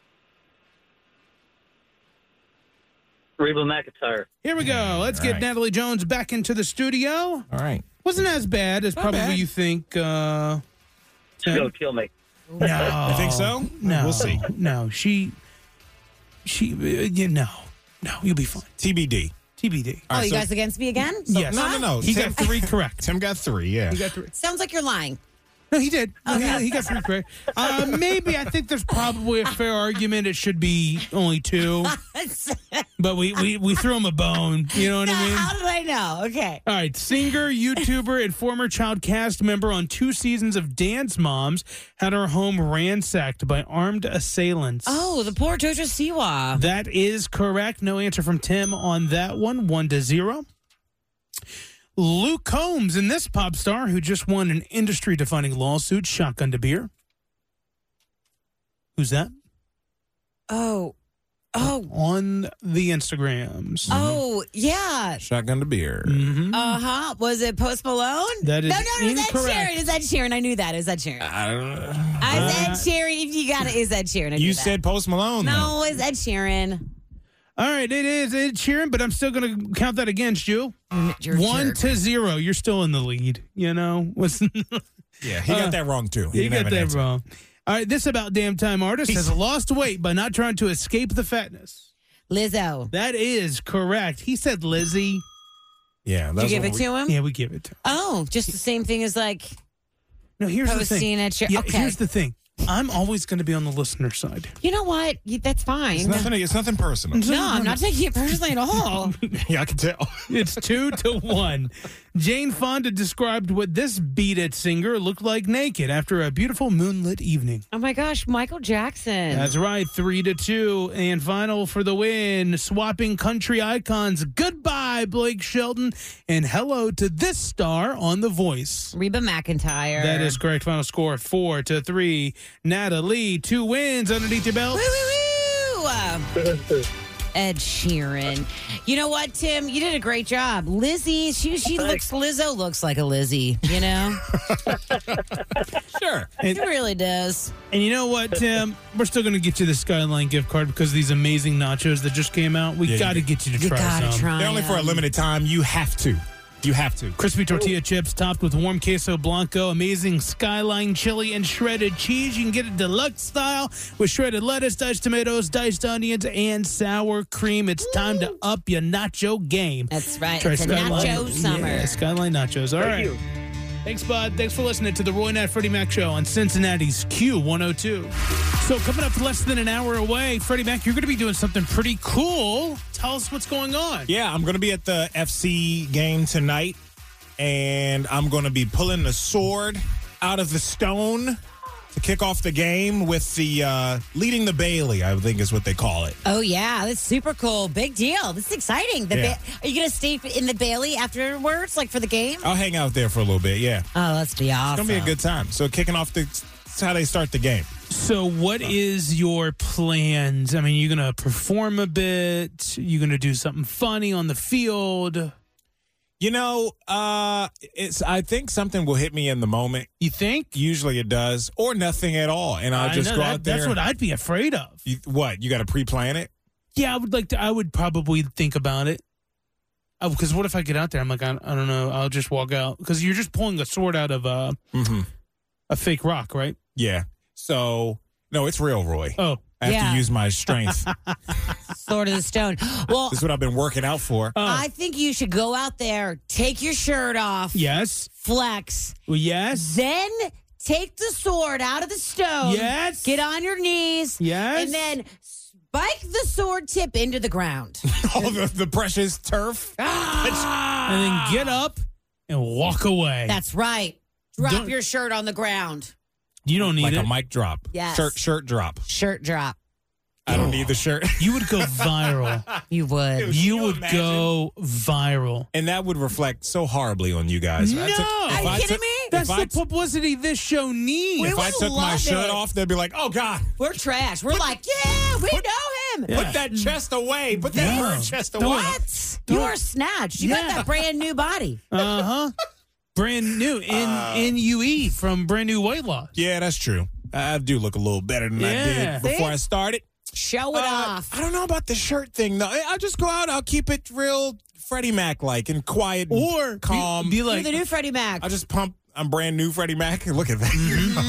Reba McIntyre. Here we go. Let's all get right. Natalie Jones back into the studio. All right. Wasn't as bad as probably bad. you think. Uh, She's gonna kill me. No, You think so? Um, No, We'll see. No, she, she, uh, you know, no, you'll be fine. TBD. TBD. oh, you guys against me again? yes. Huh? He got three correct. Tim got three. Yeah. He got three. Sounds like you're lying. No, he did. No, he, he got three correct. Uh, maybe I think there's probably a fair argument. It should be only two, but we we, we threw him a bone. You know what I mean? How did I know? Okay. All right, singer, YouTuber, and former child cast member on two seasons of Dance Moms had her home ransacked by armed assailants. Oh, the poor Jojo Siwa. That is correct. No answer from Tim on that one. One to zero. Luke Combs and this pop star who just won an industry defining lawsuit, Shotgun to Beer. Who's that? Oh, oh. On the Instagrams. Mm-hmm. Mm-hmm. Oh, yeah. Shotgun to beer. Mm. Uh huh. Was it Post Malone? That is no, no, no. Is that incorrect. Sharon? Is that Sharon? I knew that. Is that Sharon? I don't know. I said Sharon. If you got it, is that Sharon? I knew You that. said Post Malone. though. no. Is that Sharon? All right, it is Ed Sheeran, but I'm still going to count that against you. you're a One jerk. to zero. You're still in the lead. You know, was Yeah, he got that wrong, too. He Uh, He, didn't have got an that answer. wrong. All right, this about damn time artist has lost weight by not trying to escape the fatness. Lizzo. That is correct. He said Lizzie. Yeah, that's give what it we- to him? Yeah, we give it to him. Oh, just the same thing as like. No, here's the Posting thing. at your- yeah, okay. here's the thing. I'm always going to be on the listener side. You know what? You- That's fine. It's nothing. It's nothing personal. No, I'm not taking it personally at all. yeah, I can tell. It's two to one. Jane Fonda described what this beat it singer looked like naked after a beautiful moonlit evening. Oh my gosh, Michael Jackson. That's right, three to two. And final for the win, swapping country icons. Goodbye, Blake Shelton, and hello to this star on The Voice. Reba McIntyre. That is correct. Final score four to three. Natalie, two wins underneath your belt. Woo! Ed Sheeran. You know what, Tim? You did a great job. Lizzie, she she looks Lizzo looks like a Lizzie, you know? sure. She really does. And you know what, Tim? We're still going to get you the Skyline gift card because of these amazing nachos that just came out. We Yeah, you- got to get you to you try gotta some. try They're only for a 'em. limited time. You have to. You have to. Crispy tortilla chips topped with warm queso blanco, amazing skyline chili, and shredded cheese. You can get it deluxe style with shredded lettuce, diced tomatoes, diced onions, and sour cream. It's time to up your nacho game. That's right. It's a nacho summer. Yeah, skyline nachos. All right. Thank you. Thanks, Bud. Thanks for listening to the Roy Nat Freddie Mac Show on Cincinnati's Q102. So, coming up less than an hour away, Freddie Mac, you're going to be doing something pretty cool. Tell us what's going on. Yeah, I'm going to be at the FC game tonight, and I'm going to be pulling the sword out of the stone to kick off the game with the uh, leading the Bailey, I think is what they call it. Oh yeah, that's super cool. Big deal. This is exciting. The Yeah. ba- are you gonna stay in the Bailey afterwards, like for the game? I'll hang out there for a little bit. Yeah, Oh, let's be awesome. it's going to be a good time. So kicking off the it's how they start the game. So, what is your plans? I mean, you're going to perform a bit. You're going to do something funny on the field. You know, uh it's I think something will hit me in the moment. You think? Usually it does, or nothing at all, and I'll I just know go that- out there. That's what I'd be afraid of. You, what you got to pre-plan it? Yeah, I would like to. I would probably think about it. Because what if I get out there? I'm like, I, I don't know. I'll just walk out. Because you're just pulling a sword out of a Mm-hmm. a fake rock, right? Yeah. So no, it's real, Roy. Oh, I have Yeah. to use my strength. this Sword of the Stone. Well, is what I've been working out for. I think you should go out there, take your shirt off, yes. flex, Well, yes. then take the sword out of the stone. Yes. Get on your knees. Yes. And then spike the sword tip into the ground. All the, the precious turf. And then get up and walk away. That's right. Drop Don't- your shirt on the ground. you don't need like it. a mic drop. Yes. Shirt shirt drop. Shirt drop. I don't need the shirt. You would go viral. you would. Dude, you can you would go viral. And that would reflect so horribly on you guys. No, I took- if I took- if That's I the took- publicity this show needs. if I took my shirt off, they'd be like, "Oh God, we're trash." We're like, yeah, we know him. Put that chest away. Put that Yeah. bird chest away. What? You are snatched. You got Yeah. that brand new body. Uh huh. brand new in Uh. in UE from brand new weight loss. Yeah, that's true. I I do look a little better than Yeah. I did before See? I started. Show it off. uh, I don't know about the shirt thing though. I- I'll just go out. I'll keep it real Freddie Mac like and quiet, and Or be- calm. be You're like- the new Freddie Mac. I just pump. I'm brand new Freddie Mac. Look at that.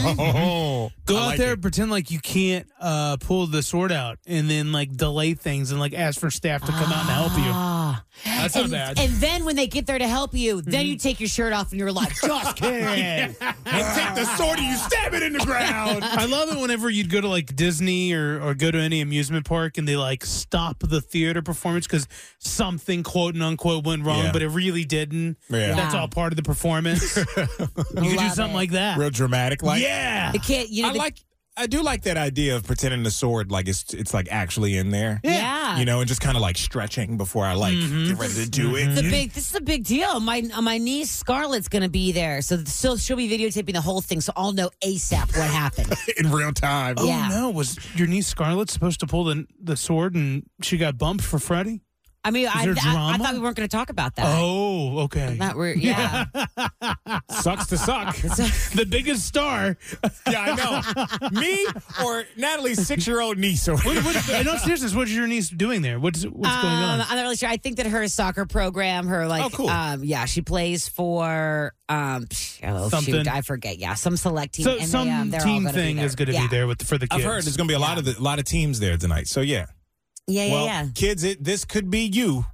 Oh, Go I out like there, it. and pretend like you can't uh, pull the sword out, and then like delay things and like ask for staff to come out and help you. That's not Ah. and, bad. and then when they get there to help you, then you take your shirt off and you're like, just kidding. and take the sword and you stab it in the ground. I love it whenever you'd go to like Disney or, or go to any amusement park and they like stop the theater performance because something quote and unquote went wrong, Yeah. but it really didn't. Yeah. That's all part of the performance. you could do love something it. like that. Real dramatic, like yeah. The kid, you know, I the- like. I do like that idea of pretending the sword like it's it's like actually in there. Yeah. You know, and just kind of like stretching before I like get ready to do it. the big. This is a big deal. My my niece Scarlett's gonna be there, so so she'll be videotaping the whole thing, so I'll know ASAP what happened. in real time. Oh Yeah. no! Was your niece Scarlett supposed to pull the the sword and she got bumped for Freddy? I mean, I, there I, I drama? thought we weren't gonna talk about that. Oh, okay. That we're yeah. Sucks to suck. the biggest star. yeah, I know. Me or Natalie's six year old niece or What, what, in all seriousness, what's your niece doing there? What's what's going Um, on? I'm not really sure. I think that her soccer program, her like, Oh, cool. um, yeah, she plays for um, psh, oh, Something. shoot, I forget. Yeah, some select team. So and some they, um, they're all team gonna be thing there. is going to Yeah. be there with for the I've kids. heard there's gonna be a lot of the, lot of teams there tonight. So yeah. Yeah, yeah, well, yeah. kids, it, this could be you.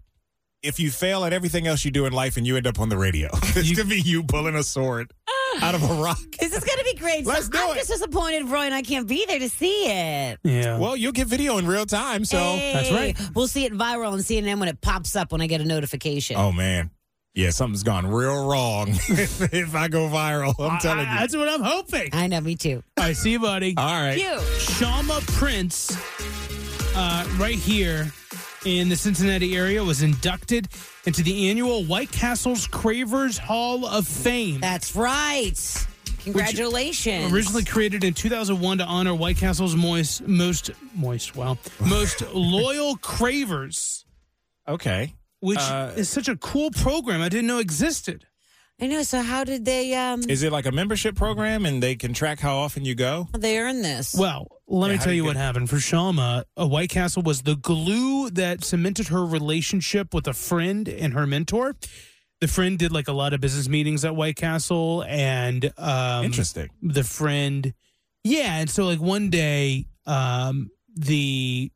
If you fail at everything else you do in life and you end up on the radio, this could be you pulling a sword Ah. out of a rock. This is going to be great. So Let's do I'm it. just disappointed, Roy, and I can't be there to see it. yeah. Well, you'll get video in real time, so Hey, We'll see it viral on CNN when it pops up when I get a notification. Oh man, yeah, something's gone real wrong if, if I go viral. I'm telling you. I- that's what I'm hoping. I know, me too. All right, see you, buddy. All right. You. Shama Prince, uh, right here in the Cincinnati area, was inducted into the annual White Castle's Cravers Hall of Fame. That's right. Congratulations. Originally created in 2001 to honor White Castle's moist, most moist, wow, most loyal cravers, Okay. which Uh, is such a cool program I didn't know existed. I know. So how did they um Is it like a membership program and they can track how often you go? they earn this? Well, let Yeah, me how tell do you you what get- happened. For Shama, a White Castle was the glue that cemented her relationship with a friend and her mentor. The friend did like a lot of business meetings at White Castle, and um, Interesting. the friend, yeah. And so, like one day, um, the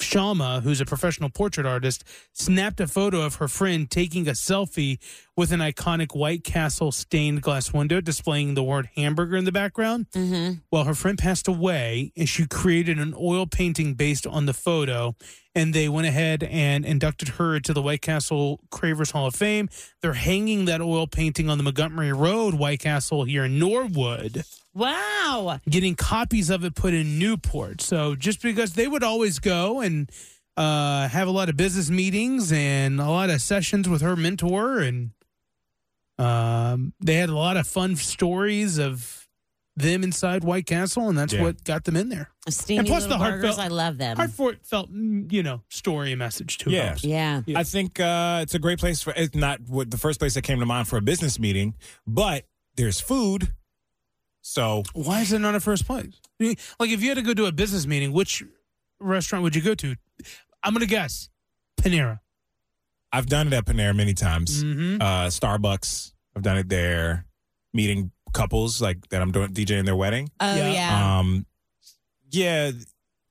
Shama, who's a professional portrait artist, snapped a photo of her friend taking a selfie with an iconic White Castle stained glass window displaying the word hamburger in the background. hmm Well, her friend passed away, and she created an oil painting based on the photo. And they went ahead and inducted her to the White Castle Cravers Hall of Fame. They're hanging that oil painting on the Montgomery Road White Castle here in Norwood, Wow. getting copies of it put in Newport. So just because they would always go and uh, have a lot of business meetings and a lot of sessions with her mentor, and um, they had a lot of fun stories of them inside White Castle, and that's Yeah. what got them in there. Steamy And plus little the heartfelt- burgers. I love them. Hartford felt, mm, you know, story and message to Yeah. helps. Um, yeah. Yeah. I think uh, it's a great place for it's not what the first place that came to mind for a business meeting, but there's food. So Why is it not a first place? I mean, Like, if you had to go to a business meeting, which restaurant would you go to? I'm gonna guess Panera. I've done it at Panera many times. Mm-hmm. Uh, Starbucks, I've done it there. Meeting couples like that I'm doing DJing their wedding. Oh Yeah. Uh-huh. yeah. Um, yeah,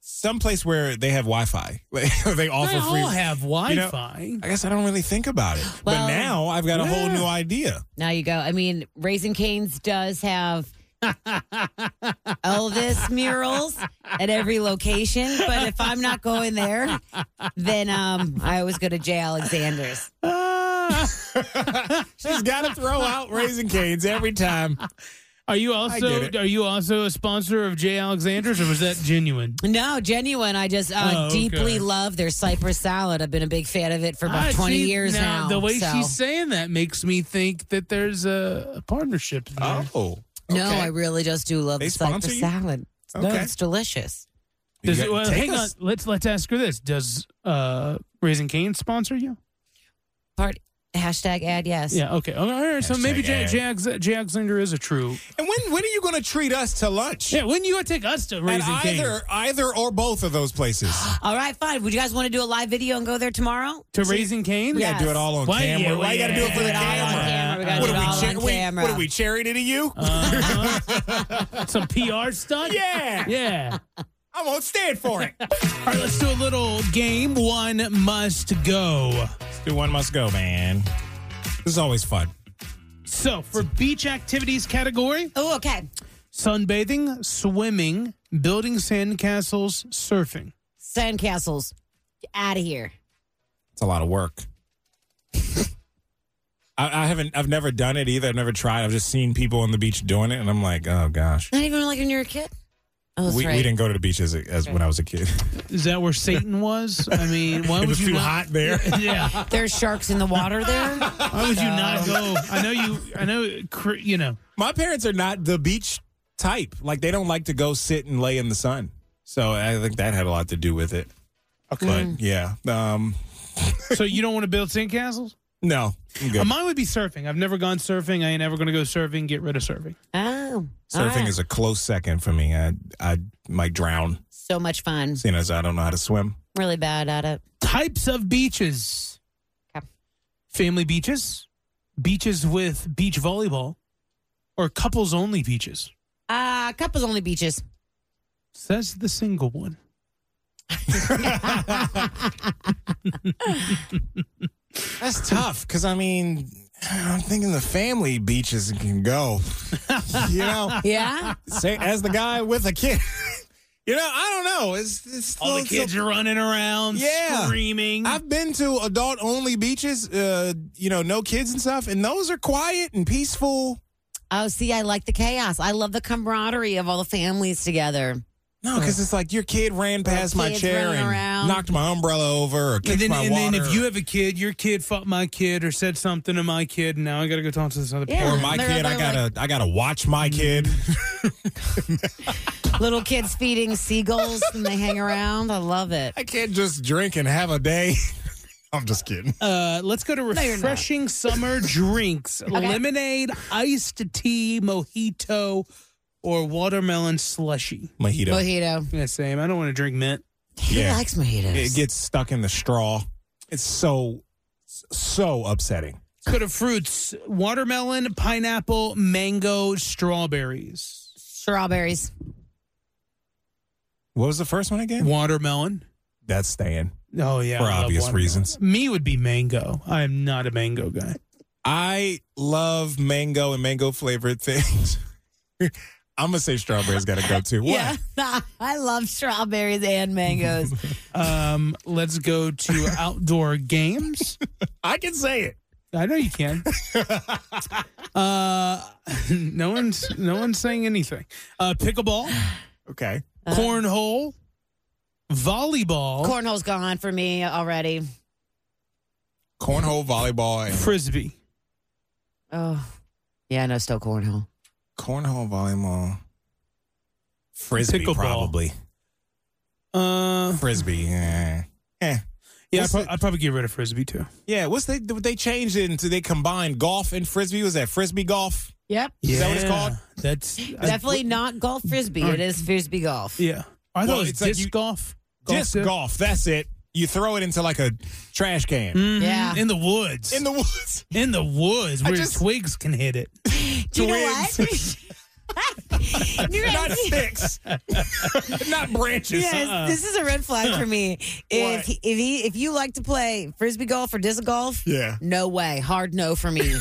someplace where they have Wi-Fi. Like, they offer They all free. have Wi-Fi. I guess I don't really think about it, Well, but now I've got a whole yeah. new idea. Now you go. I mean, Raising Canes does have Elvis murals at every location, but if I'm not going there, then um, I always go to J. Alexander's. She's got to throw out raising canes every time. Are you get also it. are you also a sponsor of Jay Alexander's, or was that genuine? No, genuine. I just uh, Oh, okay. deeply love their Cypress salad. I've been a big fan of it for about Ah, 20 see, years now. The way so- she's saying that makes me think that there's a, a partnership. Oh, No, I really just do love They the sponsor Cypress you? salad. No, Okay. it's delicious. Does, You got- well, take hang us- on. Let's let's ask her this. Does uh, Raising Cane sponsor you? Part hashtag ad yes. Yeah. Okay. Oh, All right. So Hashtag maybe Jay, ad. Jay, Alex- Jay Alexander is a true. And when when are you going to treat us to lunch? Yeah. When you going to take us to At Raising Cane? either either or both of those places. All right, fine. Would you guys want to do a live video and go there tomorrow? To Raising Cane? We gotta do it all on Why- camera. yeah, Why you gotta do it for yeah, the do it all on camera? camera. We gotta what do it are we, all cha- on we- camera. what are we charity to you? Some PR stunt? Yeah. Yeah. I won't stand for it. All right. Let's do a little game. One must go. Let's do one must go, man. This is always fun. So for beach activities category. Oh, okay. Sunbathing, swimming, building sandcastles, surfing. Sandcastles. Out of here. It's a lot of work. I, I haven't. I've never done it either. I've never tried. I've just seen people on the beach doing it, and I'm like, oh gosh. Not even like when you're a kid. Oh, that's we, right. we didn't go to the beach as, a- as when I was a kid. Is that where Satan was? I mean, why it would was you too not- hot there. Yeah. There's sharks in the water there. Why would you not go? I know you. I know. cr- You know. My parents are not the beach type. Like they don't like to go sit and lay in the sun. So I think that had a lot to do with it. Okay. But yeah. Um, So you don't want to build sandcastles? no. I'm good. Uh, Mine would be surfing. I've never gone surfing. I ain't ever going to go surfing. Get rid of surfing. Oh. all Surfing right. is a close second for me. I I might drown, so much fun. seeing as I don't know how to swim. Really bad at it. Types of beaches. Family beaches, beaches with beach volleyball, or couples only beaches. Uh, couples only beaches. Says the single one. That's tough because I mean, I'm thinking the family beaches can go. You know, Yeah. say, as the guy with a kid. You know, I don't know. It's, it's All the it's- kids are running around, Yeah. screaming. Mm. I've been to adult only beaches, uh, you know, no kids and stuff, and those are quiet and peaceful. Oh, see, I like the chaos. I love the camaraderie of all the families together. No, because it's like your kid ran past my kids chair running and around. knocked my umbrella over or and kicked then, my and water. then if you have a kid, your kid fought my kid or said something to my kid, and now I got to go talk to this other Yeah. or parent. my They're- kid, I they're gotta, I gotta watch my kid. Mm. Little kids feeding seagulls and they hang around. I love it. I can't just drink and have a day. I'm just kidding. Uh, let's go to you're not. refreshing summer drinks: lemonade, iced tea, mojito, or watermelon slushy. Mojito. Mojito. Yeah, same. I don't want to drink mint. He Yeah. likes mojitos. It gets stuck in the straw. It's so, so upsetting. Let's go to fruits: watermelon, pineapple, mango, strawberries. Strawberries. What was the first one again? Watermelon. That's staying Oh yeah, for I love obvious watermelon. reasons. Me would be mango. I am not a mango guy. I love mango and mango flavored things. I'm gonna say strawberries gotta go too. What? Yeah. I love strawberries and mangoes. Um, let's go to outdoor games. I can say it. I know you can. Uh, no one's no one's saying anything. Uh, pickleball, Okay. Uh, cornhole, Oh. volleyball, Cornhole's gone for me already. Cornhole, volleyball, and frisbee. Oh. Yeah, no, still cornhole. cornhole, volleyball, frisbee, Pickleball. probably Uh, frisbee. Yeah. Eh. yeah, I'd, What's pro- the- I'd probably get rid of frisbee too. yeah. What's they? What they changed it into? They combined golf and frisbee. Was that frisbee golf? Yep. Is that what it's Yeah, called? That's Uh, Definitely not golf frisbee. It is frisbee golf. I, yeah. I thought Well, it was it's like disc you- golf. Disc golf. That's it. You throw it into like a trash can Mhm, Yeah. in the woods. in the woods. in the woods I where just- twigs can hit it. Do you know what? You guys- Not sticks. Not branches. Yes, uh-uh. this is a red flag for me. Why? If he, if he if you like to play frisbee golf or disc golf, Yeah. no way, hard no for me.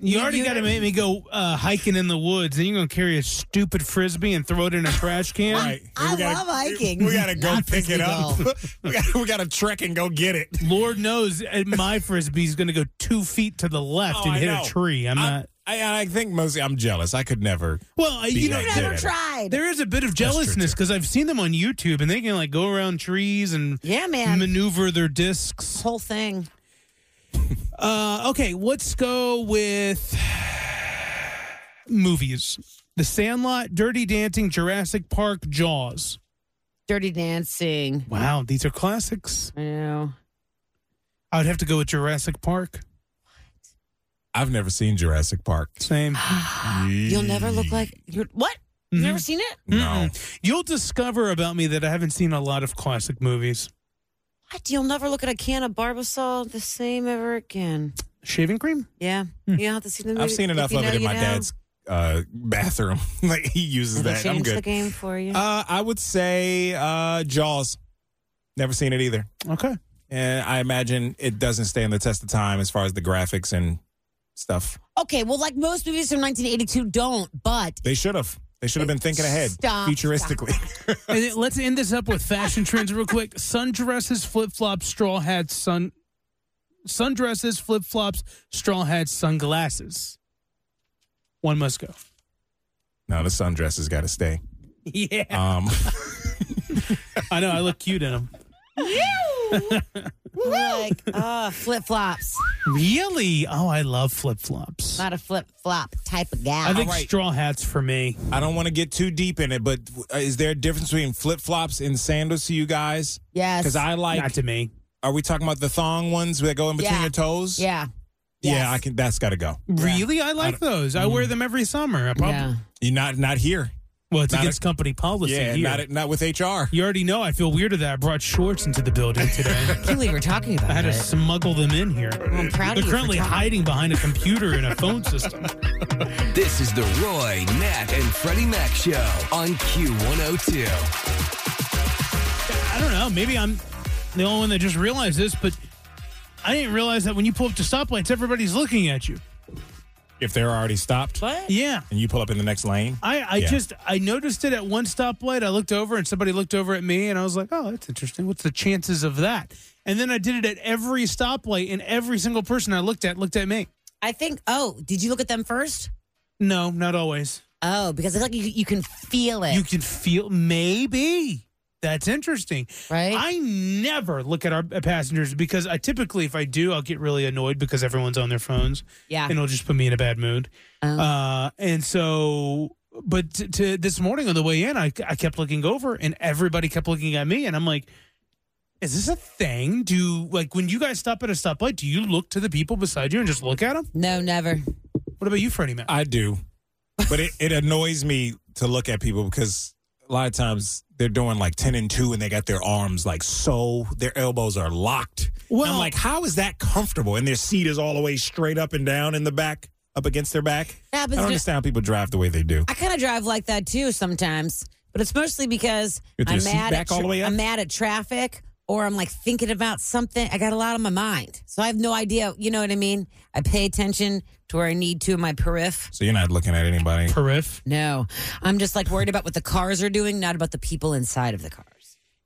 You already got to make me go uh, hiking in the woods, and you're gonna carry a stupid frisbee and throw it in a trash can. Right. I We gotta- love hiking. We got to go Not pick it frisbee up. we got we to trek and go get it. Lord knows uh, my frisbee's gonna go two feet to the left Oh, and I hit know. a tree. I'm I- not. I, I think mostly I'm jealous. I could never. Well, I- be you know, that good at it. There is a bit of true, jealousness because I've seen them on YouTube, and they can like go around trees and yeah, man, maneuver their discs. Whole thing. Uh, okay, let's go with movies: The Sandlot, Dirty Dancing, Jurassic Park, Jaws. Dirty Dancing. Wow, these are classics. I know. I would have to go with Jurassic Park. I've never seen Jurassic Park. Same. You'll never look like you're what? Mm-hmm. You've never seen it? No. You'll discover about me that I haven't seen a lot of classic movies. What? You'll never look at a can of Barbasol the same ever again. Shaving cream? Yeah. You don't have to see the movie. Hmm. I've seen If enough you of know, it in you my know. dad's uh, bathroom. like he uses It'll that. I'm change the good. game for you. Uh, I would say uh, Jaws. Never seen it either. Okay. And I imagine it doesn't stand the test of time as far as the graphics and stuff. Okay, well, like most movies from 1982 don't, but They should have. They should have been thinking ahead, Stop, futuristically. And then let's end this up with fashion trends real quick. Sundresses, flip flops, straw hats, sun sundresses, flip flops, straw hats, sunglasses. One must go. No, the sundress has got to stay. Yeah. Um, I know I look cute in them. like, uh, flip flops. Really? Oh, I love flip flops. Not a flip flop type of guy. I think straw hats for me. I don't want to get too deep in it, but uh, is there a difference between flip flops and sandals to you guys? Yes. Because I like. Not to me. Are we talking about the thong ones that go in between Yeah. your toes? Yeah. Yeah, I can. That's got to go. Really? I Mm-hmm. like those. I wear them every summer. I probably, Yeah. You're not not here. Well, it's Not against a- company policy. Yeah, here. not at- not with HR. You already know I feel weird of that. I brought shorts into the building today. can't believe we're talking about I had to it. smuggle them in here. I'm proud They're of you for currently talking. hiding behind a computer and a phone system. This is the Roy, Nat, and Freddie Mac Show on Q102. I don't know. Maybe I'm the only one that just realized this, but I didn't realize that when you pull up to stoplights, everybody's looking at you. If they're already stopped. What? Yeah. And you pull up in the next lane. I, I Yeah. just I noticed it at one stoplight. I looked over and somebody looked over at me and I was like, "Oh, that's interesting. What's the chances of that?" And then I did it at every stoplight and every single person I looked at looked at me. I think, oh, did you look at them first? No, not always. Oh, because it's like you, you can feel it. You can feel maybe. That's interesting. Right? I never look at our uh, passengers because I typically if I do, I'll get really annoyed because everyone's on their phones. Yeah. And it'll just put me in a bad mood. Uh, and so, but to, to this morning on the way in, I, I kept looking over and everybody kept looking at me. And I'm like, is this a thing? Do like when you guys stop at a stoplight, do you look to the people beside you and just look at them? no, never. What about you, Freddie Mac? I do, but it, it annoys me to look at people because a lot of times they're doing like ten and two, and they got their arms like so, their elbows are locked. Well, I'm like, how is that comfortable? And their seat is all the way straight up and down in the back, up against their back. I Happens don't to- understand how people drive the way they do. I kind of drive like that too sometimes, but it's mostly because With your I'm seat mad, back at all the way up? I'm mad at traffic or I'm like thinking about something. I got a lot on my mind. So I have no idea. You know what I mean? I pay attention to where I need to in my periph. So you're not looking at anybody. Perif. No, I'm just like worried about what the cars are doing, not about the people inside of the cars.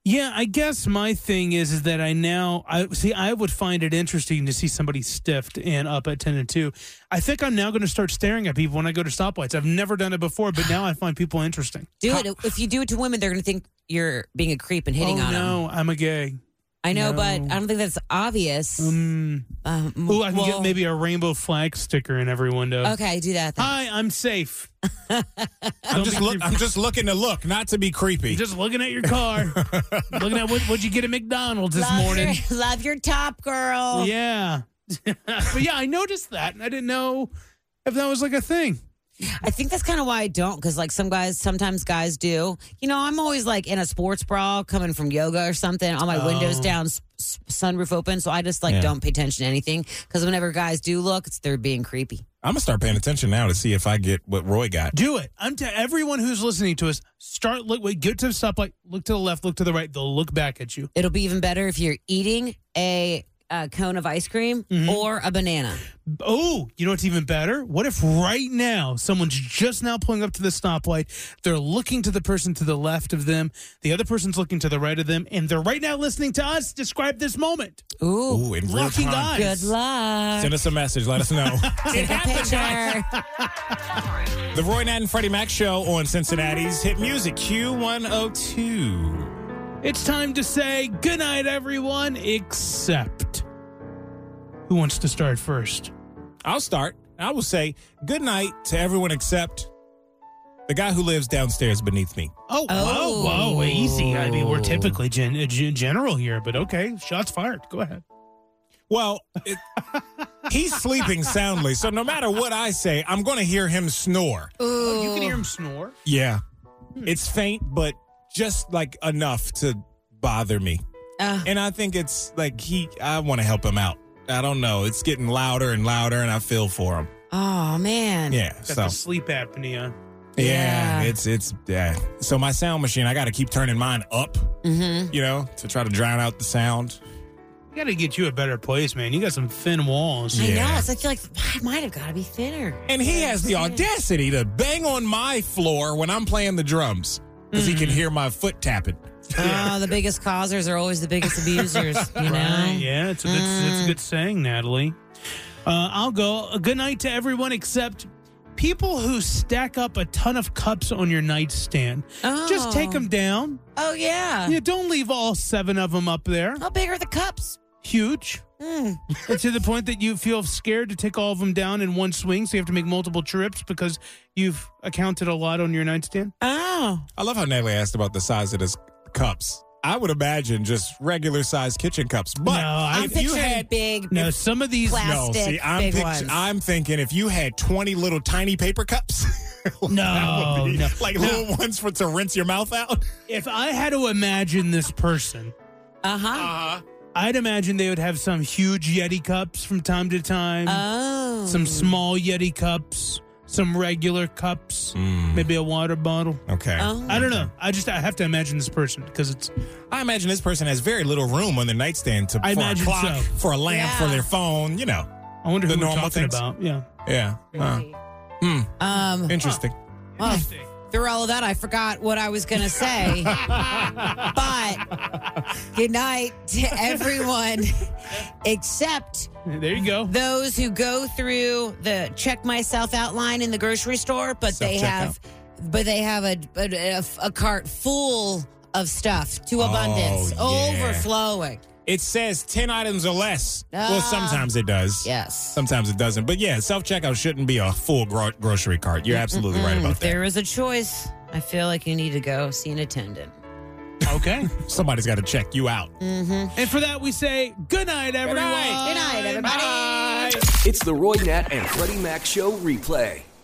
Yeah, I guess my thing is is that I now I see I would find it interesting to see somebody stiffed and up at ten and two. I think I'm now going to start staring at people when I go to stoplights. I've never done it before, but now I find people interesting. Do it. If you do it to women, they're going to think you're being a creep and hitting oh, on them. no, I'm a gay. I know, but No. I don't think that's obvious. Mm. Um, Ooh, I can well, get maybe a rainbow flag sticker in every window. Okay, do that. Then. Hi, I'm safe. I'm just look, I'm just looking to look, not to be creepy. Just looking at your car, looking at what what'd you get at McDonald's this love morning. Your, love your top girl. Yeah, but yeah, I noticed that, and I didn't know if that was like a thing. I think that's kind of why I don't, because like some guys, sometimes guys do. You know, I'm always like in a sports bra, coming from yoga or something, all my windows Oh. down, s- s- sunroof open, so I just like Yeah. don't pay attention to anything. Because whenever guys do look, it's they're being creepy. I'm gonna start paying attention now to see if I get what Roy got. Do it. I'm to everyone who's listening to us. Start look. Wait, get to the stoplight. Look to the left. Look to the right. They'll look back at you. It'll be even better if you're eating a a cone of ice cream Mm-hmm. or a banana. Oh, you know what's even better? What if right now someone's just now pulling up to the stoplight? They're looking to the person to the left of them, the other person's looking to the right of them, and they're right now listening to us describe this moment. Ooh, Ooh, in real locking time. eyes. Good luck. Send us a message. Let us know. Take a picture. the Roy Nat and Freddie Mac Show on Cincinnati's Hit Music Q102. It's time to say goodnight, everyone, except. Who wants to start first? I'll start. I will say good night to everyone except the guy who lives downstairs beneath me. Oh, whoa, whoa, easy. I mean, we're typically gen- uh, gen- general here, but okay, shots fired. Go ahead. Well, it, he's sleeping soundly, so no matter what I say, I'm going to hear him snore. Oh, you can hear him snore. Yeah. It's faint, but just like enough to bother me. and I think it's like he, I want to help him out. I don't know. It's getting louder and louder, and I feel for him. Oh man. Yeah, Got so the sleep apnea. yeah, it's it's yeah. So my sound machine, I got to keep turning mine up, Mm-hmm. you know, to try to drown out the sound. We got to get you a better place, man. You got some thin walls. I know. It's like you're like I might have got to be thinner. And he has the audacity to bang on my floor when I'm playing the drums because he can hear my foot tapping. Oh, the biggest causers are always the biggest abusers. You know. Right, Yeah, it's a good, Mm. it's a good saying, Natalie. Uh, I'll go. A good night to everyone except people who stack up a ton of cups on your nightstand. Just take Oh. them down. Oh yeah. Yeah, don't leave all seven of them up there. How big are the cups? Huge. Mm. and to the point that you feel scared to take all of them down in one swing, so you have to make multiple trips because you've accounted a lot on your nightstand. Oh. I love how Natalie asked about the size of his cups. I would imagine just regular sized kitchen cups, but No, I- I'm if you picturing had big. No, some of these. no, plastic see, I'm big pict- ones. I'm thinking if you had 20 little tiny paper cups, that No, would be no, like no. little ones for to rinse your mouth out. If I had to imagine this person, Uh huh. Uh-huh. I'd imagine they would have some huge Yeti cups from time to time, Oh. um, some small Yeti cups, some regular cups, Hmm. maybe a water bottle. Okay. Oh. I don't know. I just I have to imagine this person because it's I imagine this person has very little room on the nightstand to I for a imagine clock, so. for a lamp, Yeah. for their phone. You know. I wonder who The we're normal talking things. about. Yeah. Yeah. Uh, hmm. Um. Interesting. Well, through all of that, I forgot what I was going to say. but good night to everyone except There you go. those who go through the check myself outline in the grocery store, but they have but they have a a, a cart full of stuff to abundance, yeah. overflowing. It says 10 items or less. Ah. well, sometimes it does. Yes. Sometimes it doesn't. But yeah, self checkout shouldn't be a full gro- grocery cart. You're absolutely right Mm, about if that. there is a choice, I feel like you need to go see an attendant. Okay. Somebody's got to check you out. and for that, we say good night, everyone. Good night, everybody. It's the Roy Nat and Freddie Mac Show replay.